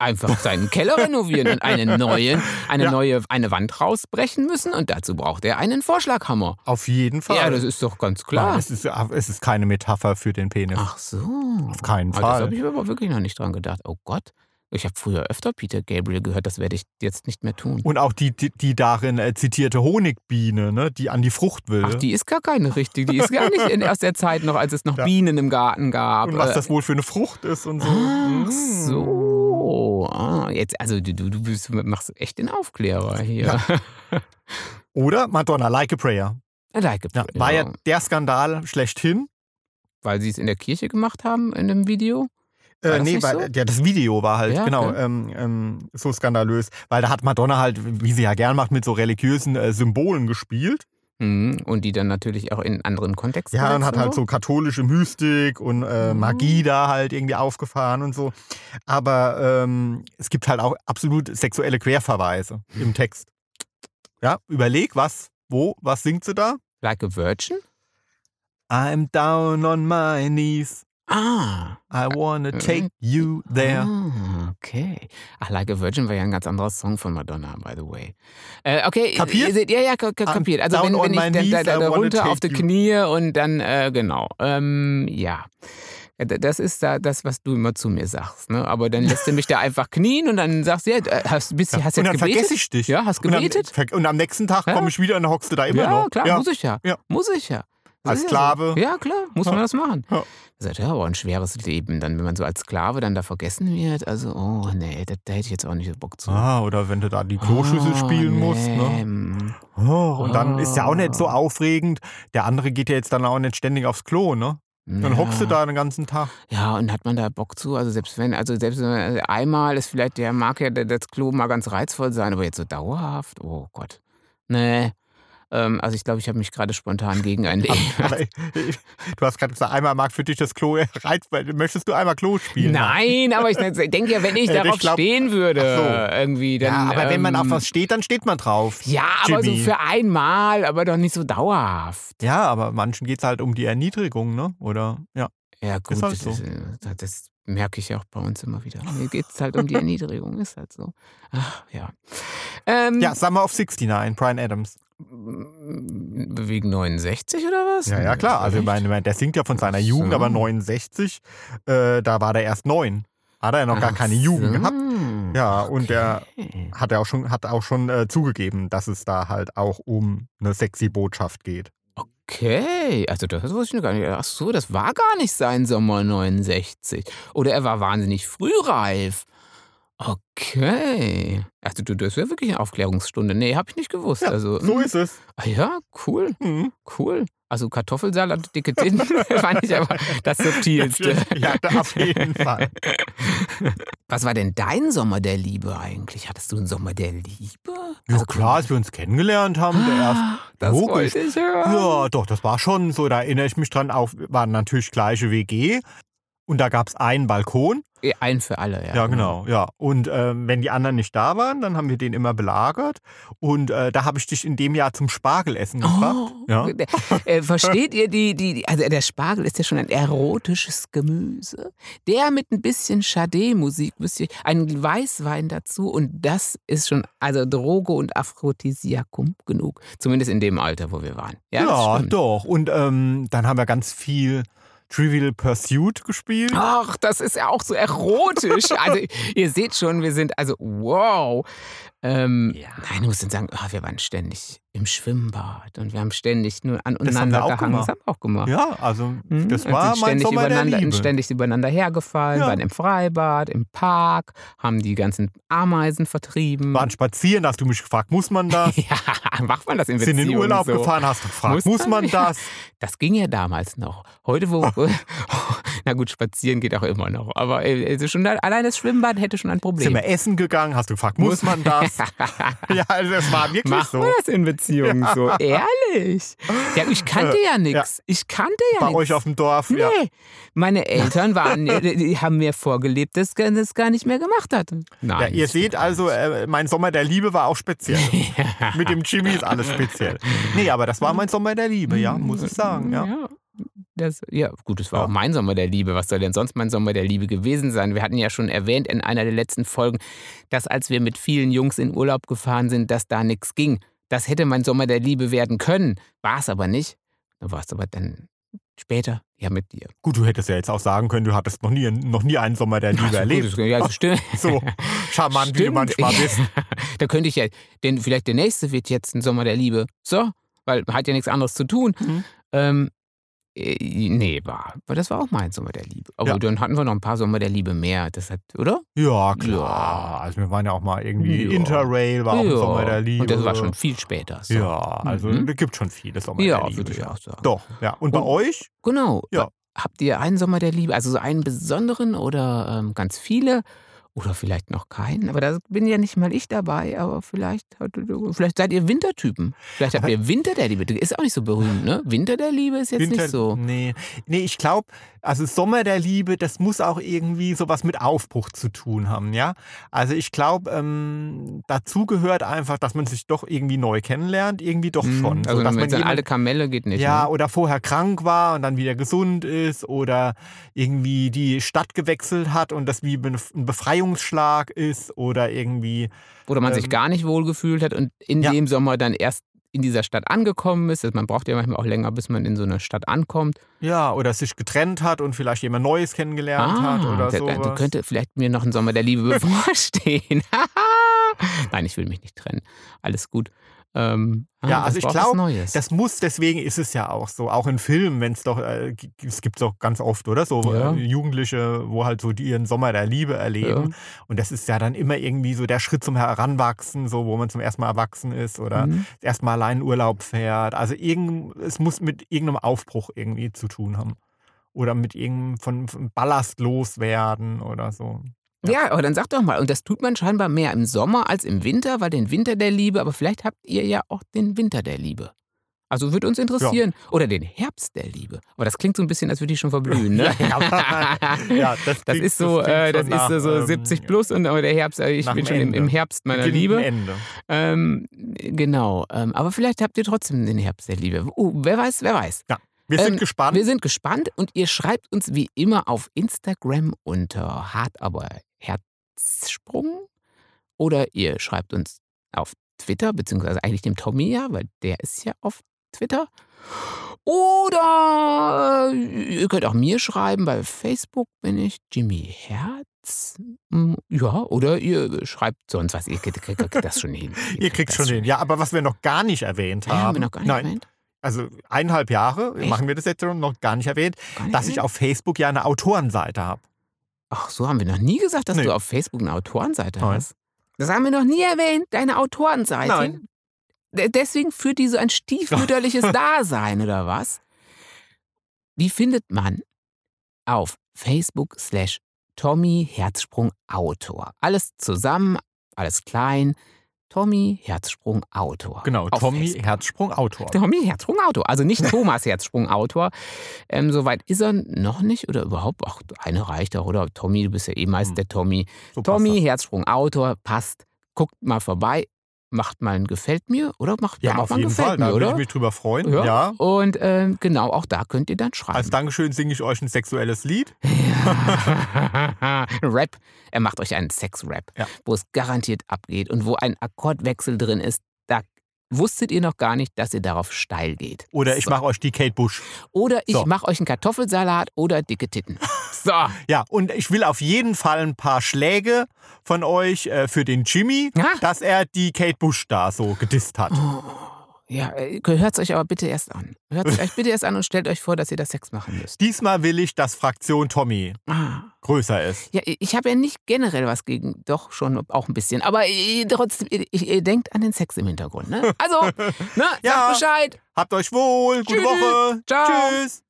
B: Einfach seinen Keller renovieren und eine neue, eine
A: Ja.
B: neue, eine Wand rausbrechen müssen und dazu braucht er einen Vorschlaghammer.
A: Auf jeden Fall.
B: Ja, das ist doch ganz klar.
A: Nein, es, ist, es ist keine Metapher für den Penis.
B: Ach so.
A: Auf keinen
B: Ah, Das
A: Fall.
B: habe ich aber wirklich noch nicht dran gedacht. Oh Gott. Ich habe früher öfter Peter Gabriel gehört, das werde ich jetzt nicht mehr tun.
A: Und auch die, die, die darin äh, zitierte Honigbiene, ne, die an die Frucht will.
B: Ach, die ist gar keine richtige. Die ist gar nicht in, aus der Zeit noch, als es noch
A: Ja.
B: Bienen im Garten gab.
A: und was
B: Äh,
A: das wohl für eine Frucht ist und so.
B: Ach
A: Mm.
B: so. Ah, jetzt, also du, du bist, machst echt den Aufklärer hier.
A: Oder Madonna, Like a Prayer.
B: I like it.
A: Ja, War ja der Skandal schlechthin.
B: genau. Weil sie es in der Kirche gemacht haben in dem Video. War
A: Äh,
B: das
A: nee,
B: nicht
A: weil
B: so?
A: ja, das Video war halt
B: Ja,
A: genau
B: ja.
A: Ähm, ähm, so skandalös, weil da hat Madonna halt, wie sie ja gern macht, mit so religiösen äh, Symbolen gespielt.
B: Mhm. Und die dann natürlich auch in anderen Kontexten.
A: Ja, und
B: jetzt
A: hat
B: und
A: halt so katholische Mystik und äh,
B: Mhm.
A: Magie da halt irgendwie aufgefahren und so. Aber ähm, es gibt halt auch absolut sexuelle Querverweise im Text. Ja, überleg, was, wo, was singt sie da?
B: Like a Virgin?
A: I'm down on my knees.
B: Ah.
A: I wanna
B: Äh,
A: take you there.
B: Ah, okay. Ach, Like a Virgin war ja ein ganz anderer Song von Madonna, by the way. Äh, okay.
A: Kapiert?
B: ihr seht- Ja, ja, ka- ka-
A: I'm
B: kapiert. Also, wenn,
A: down
B: wenn
A: on my
B: ich da,
A: knees,
B: da,
A: I
B: da
A: wanna
B: runter
A: take
B: auf die
A: you.
B: Knie und dann, äh, genau. Ähm, ja. Ja, d- Das ist da das, was du immer zu mir sagst. Ne? Aber dann lässt du mich da einfach knien und dann sagst du, ja, d- hast, bist, hast
A: und
B: jetzt
A: dann
B: gebetet?
A: vergesse ich dich.
B: Ja, hast
A: und, am,
B: gebetet?
A: ver- und am nächsten Tag
B: Ja?
A: komme ich wieder und dann hockst du da immer
B: ja,
A: noch.
B: klar,
A: ja,
B: muss ich ja.
A: Ja.
B: Muss ich ja. Das
A: Als
B: ist ja so.
A: Sklave.
B: Ja, klar, muss man
A: Ja.
B: das machen.
A: Ja.
B: Er sagt, ja, aber ein schweres Leben, dann, wenn man so als Sklave dann da vergessen wird. Also, oh nee, da, da hätte ich jetzt auch nicht so Bock zu.
A: Ah, oder wenn du da die Kloschüssel
B: Ah,
A: spielen musst.
B: nee,
A: Ne?
B: mm.
A: Oh, und dann ist ja auch nicht so
B: Ah.
A: aufregend. Der andere geht ja jetzt dann auch nicht ständig aufs Klo, ne? Dann
B: ja.
A: hockst du da den ganzen Tag.
B: Ja, und hat man da Bock zu? Also selbst wenn, also selbst wenn, also einmal ist vielleicht, der mag ja das Klo mal ganz reizvoll sein, aber jetzt so dauerhaft, oh Gott. Nee. Ähm, also ich glaube, ich habe mich gerade spontan gegen ein Leben.
A: Aber ich- ich- du hast gerade gesagt, einmal mag für dich das Klo reizvoll. Möchtest du einmal Klo spielen?
B: Nein, aber ich denke ja, wenn ich
A: Äh, ich
B: darauf
A: glaub-
B: stehen würde,
A: Ach
B: irgendwie dann.
A: ja, aber wenn man auf
B: ähm,
A: was steht, dann steht man drauf.
B: Ja, aber so
A: Jimmy.
B: für einmal, aber doch nicht so dauerhaft.
A: Ja, aber manchen geht es halt um die Erniedrigung, ne? Oder? Ja.
B: Ja, gut,
A: halt
B: das,
A: so.
B: ist, äh, das merke ich ja auch bei uns immer wieder. Mir geht es halt um die Erniedrigung, ist halt so. Ach, ja. Ähm,
A: Ja, Summer of 69, Brian Adams.
B: Wegen 69 oder was?
A: Ja, ja, klar. Also, ich meine, der singt ja von seiner
B: Ach
A: Jugend,
B: so.
A: aber 69, äh, da war der erst neun. Hat er ja noch gar keine Jugend gehabt. Ja, und der hat er auch schon, hat auch schon äh, zugegeben, dass es da halt auch um eine sexy Botschaft geht.
B: Okay, also das wusste ich noch gar nicht. Ach so, das war gar nicht sein Sommer 69. Oder er war wahnsinnig frühreif. Okay. Also du, das wäre wirklich eine Aufklärungsstunde. Nee, habe ich nicht gewusst.
A: Ja,
B: also,
A: So
B: mh.
A: ist es.
B: Ah ja, cool,
A: Mhm.
B: cool. Also Kartoffelsalat, dicke Titten, fand ich aber das Subtilste.
A: Ja, da auf jeden Fall.
B: Was war denn dein Sommer der Liebe eigentlich? Hattest du einen Sommer der Liebe?
A: Ja, klar, als wir uns kennengelernt haben, der erste
B: Ah, das
A: Logisch.
B: wollte ich hören.
A: Ja, doch, das war schon so. Da erinnere ich mich dran. Auch waren natürlich gleiche WG. Und da gab es einen Balkon.
B: eh, Ein für alle, ja.
A: Ja, genau, ja. Und ähm, wenn die anderen nicht da waren, dann haben wir den immer belagert. Und äh, da habe ich dich in dem Jahr zum Spargelessen gebracht.
B: Oh,
A: Ja.
B: äh, versteht ihr die, die, die, also der Spargel ist ja schon ein erotisches Gemüse. Der mit ein bisschen Chardé-Musik, müsst ihr- einen Weißwein dazu und das ist schon, also Droge und Aphrodisiakum genug. Zumindest in dem Alter, wo wir waren. Ja, das stimmt.
A: doch. Und ähm, dann haben wir ganz viel Trivial Pursuit gespielt.
B: Ach, das ist ja auch so erotisch. Also, ihr seht schon, wir sind, also, wow. Ähm,
A: Ja.
B: Nein, du musst dann sagen, ah, wir waren ständig im Schwimmbad und wir haben ständig nur an
A: wir
B: untereinander
A: auch
B: gehangen. Das
A: gemacht.
B: haben wir auch gemacht.
A: Ja, also
B: Mhm.
A: das
B: Und
A: war
B: sind
A: mein
B: ständig
A: Sommer der
B: übereinander,
A: Liebe.
B: ständig übereinander hergefallen,
A: Ja.
B: waren im Freibad, im Park, haben die ganzen Ameisen vertrieben.
A: Waren spazieren, hast du mich gefragt, muss man das?
B: ja, macht man das in
A: Sind
B: Beziehungen
A: in den Urlaub
B: so?
A: gefahren, hast du gefragt,
B: Muss
A: muss,
B: man?
A: man das?
B: Das ging ja damals noch. Heute, wo.
A: Ah.
B: na gut, spazieren geht auch immer noch. Aber äh, also schon allein das Schwimmbad hätte schon ein Problem.
A: Sind wir essen gegangen, hast du gefragt, muss man das? ja, also das war wirklich
B: Macht
A: so.
B: man das in Beziehungen so? Ehrlich? Ja, ich kannte ja nichts. Ich kannte ja
A: Bei
B: nichts.
A: euch auf dem Dorf,
B: Nee,
A: ja.
B: meine Eltern waren, die die haben mir vorgelebt, dass ich das gar nicht mehr gemacht hatte. Nein,
A: Ja, ihr
B: das
A: seht
B: geht
A: also, äh, mein Sommer der Liebe war auch speziell.
B: nicht. Ja.
A: Mit dem Jimmy ist alles speziell. Nee, aber das war mein Sommer der Liebe, ja, muss ich sagen.
B: Mhm.
A: Ja.
B: Das, ja, gut, es war
A: Ja.
B: auch mein Sommer der Liebe. Was soll denn sonst mein Sommer der Liebe gewesen sein? Wir hatten ja schon erwähnt in einer der letzten Folgen, dass als wir mit vielen Jungs in Urlaub gefahren sind, dass da nichts ging. Das hätte mein Sommer der Liebe werden können. War es aber nicht. Dann war es aber dann später. Ja, mit dir.
A: Gut, du hättest ja jetzt auch sagen können, du hattest noch nie, noch nie einen Sommer der Liebe
B: Also gut,
A: erlebt.
B: das- Ja, das stimmt.
A: So charmant, wie du
B: Stimmt.
A: manchmal bist.
B: da könnte ich ja, denn vielleicht der nächste wird jetzt ein Sommer der Liebe. So, weil man hat ja nichts anderes zu tun.
A: Mhm.
B: Ähm, äh, nee, war, aber das war auch mein Sommer der Liebe. Aber
A: Ja.
B: dann hatten wir noch ein paar Sommer der Liebe mehr. Das hat, oder?
A: Ja, klar.
B: Ja.
A: Also wir waren ja auch mal irgendwie
B: Ja.
A: Interrail, war auch ein Sommer der Liebe.
B: Und das war schon viel später. So.
A: Ja, also
B: Mhm.
A: es gibt schon viele Sommer
B: Ja,
A: der Liebe.
B: würde ich
A: ja.
B: auch sagen.
A: Doch, ja. Und bei
B: Und-
A: euch?
B: Genau.
A: Ja.
B: Habt ihr einen Sommer der Liebe, also so einen besonderen oder ähm, ganz viele oder vielleicht noch keinen? Aber da bin ja nicht mal ich dabei, aber vielleicht, hat- vielleicht seid ihr Wintertypen. Vielleicht habt
A: Aber-
B: ihr Winter der Liebe. Ist auch nicht so berühmt, ne? Winter der Liebe ist jetzt nicht so.
A: Nee, nee ich glaube, also Sommer der Liebe, das muss auch irgendwie sowas mit Aufbruch zu tun haben, ja. Also ich glaube, ähm, dazu gehört einfach, dass man sich doch irgendwie neu kennenlernt, irgendwie doch
B: Mhm.
A: schon.
B: Also
A: dass
B: mit seinen
A: jemand-
B: alle Kamelle geht nicht.
A: ja,
B: ne?
A: oder vorher krank war und dann wieder gesund ist oder irgendwie die Stadt gewechselt hat und das wie bef- ein Befreiungsschlag ist oder irgendwie,
B: Oder man sich
A: ähm,
B: gar nicht wohlgefühlt hat und in
A: ja.
B: dem Sommer dann erst in dieser Stadt angekommen ist. Also man braucht ja manchmal auch länger, bis man in so eine Stadt ankommt.
A: ja, oder sich getrennt hat und vielleicht jemand Neues kennengelernt hat oder
B: Ah, der-
A: so.
B: Du könnte vielleicht mir noch ein Sommer der Liebe bevorstehen. Nein, ich will mich nicht trennen. Alles gut. Ähm,
A: Ja,
B: das
A: also ich
B: braucht was
A: glaub,
B: Neues.
A: Das muss, deswegen ist es ja auch so, auch in Filmen, wenn es doch, äh, g- es gibt doch ganz oft, oder? So
B: Ja.
A: äh, Jugendliche, wo halt so die ihren Sommer der Liebe erleben. Und das ist ja dann immer irgendwie so der Schritt zum Heranwachsen, so wo man zum ersten Mal erwachsen ist oder
B: Mhm.
A: erstmal allein in Urlaub fährt. Also irgend, es muss mit irgendeinem Aufbruch irgendwie zu tun haben. Oder mit irgendeinem von, von Ballast loswerden oder so.
B: ja. aber dann sag doch mal, und das tut man scheinbar mehr im Sommer als im Winter, weil den Winter der Liebe, aber vielleicht habt ihr ja auch den Winter der Liebe. Also würde uns interessieren. Oder den Herbst der Liebe. Aber das klingt so ein bisschen, als würde ich schon verblühen, ne?
A: ja, das,
B: Das
A: klingt-
B: ist so,
A: klingt
B: äh, das
A: schon
B: ist so
A: ähm,
B: 70 plus und aber der Herbst, äh, ich
A: nach
B: bin
A: dem
B: schon im, im
A: Ende.
B: Herbst meiner
A: Beginn und
B: Liebe.
A: Ende.
B: Ähm, genau. Ähm, aber vielleicht habt ihr trotzdem den Herbst der Liebe. Oh, wer weiß, wer weiß.
A: Wir
B: Ähm,
A: sind gespannt.
B: Wir sind gespannt und ihr schreibt uns wie immer auf Instagram unter hart aber Herzsprung oder ihr schreibt uns auf Twitter, beziehungsweise eigentlich dem Tommy ja, weil der ist ja auf Twitter. Oder äh, ihr könnt auch mir schreiben, bei Facebook bin ich Jimmy Herz. Mm, Ja, oder ihr schreibt sonst was, ihr kriegt, kriegt, kriegt das schon hin.
A: Ihr kriegt
B: das
A: schon hin. Ja, aber was wir noch gar nicht erwähnt
B: Ja, haben wir
A: haben,
B: noch gar nicht
A: nein,
B: erwähnt.
A: also eineinhalb Jahre
B: Echt? Mhm.
A: machen wir das jetzt schon, noch gar nicht erwähnt,
B: Gar nicht
A: dass ich
B: erwähnt?
A: auf Facebook ja eine Autorenseite habe.
B: Ach, so haben wir noch nie gesagt, dass
A: Nee.
B: du auf Facebook eine Autorenseite
A: Nein.
B: hast. Das haben wir noch nie erwähnt, deine Autorenseite.
A: Nein.
B: D- Deswegen führt die so ein stiefmütterliches Dasein, oder was? Die findet man auf Facebook slash Tommy Herzsprung Autor. Alles zusammen, alles klein. Tommy Herzsprung Autor.
A: Genau,
B: Auf
A: Tommy
B: Facebook.
A: Herzsprung Autor.
B: Tommy Herzsprung Autor. Also nicht Thomas Herzsprung Autor. Ähm, Soweit ist er noch nicht oder überhaupt. Ach, eine reicht auch, oder? Tommy, du bist ja eh meist
A: Hm.
B: der Tommy.
A: So passt
B: Tommy
A: das.
B: Herzsprung Autor passt. Guckt mal vorbei. Macht mal ein Gefällt mir oder macht,
A: Ja,
B: macht
A: auf
B: mal ein
A: jeden Fall.
B: Gefällt mir,
A: Da würde ich
B: oder?
A: mich drüber freuen.
B: Ja.
A: Ja.
B: Und ähm, genau, auch da könnt ihr dann schreiben.
A: Als Dankeschön singe ich euch ein sexuelles Lied.
B: Rap. Er macht euch einen Sex-Rap,
A: Ja.
B: wo es garantiert abgeht und wo ein Akkordwechsel drin ist. Da wusstet ihr noch gar nicht, dass ihr darauf steil geht.
A: Oder ich
B: so.
A: mache euch die Kate Bush.
B: Oder ich
A: So.
B: mache euch einen Kartoffelsalat oder dicke Titten. So,
A: Ja, und ich will auf jeden Fall ein paar Schläge von euch äh, für den Jimmy,
B: Ja. Mhm.
A: dass er die Kate Bush da so gedisst hat.
B: ja, hört es euch aber bitte erst an. Hört es euch bitte erst an und stellt euch vor, dass ihr das Sex machen müsst.
A: Diesmal will ich, dass Fraktion Tommy
B: Ah.
A: größer ist.
B: Ja, ich habe ja nicht generell was gegen, doch schon auch ein bisschen, aber äh, trotzdem, ihr, ihr denkt an den Sex im Hintergrund, ne? Also, ne,
A: Ja.
B: sagt Bescheid.
A: Habt euch wohl, gute
B: Tschüss.
A: Woche.
B: Ciao.
A: Tschüss.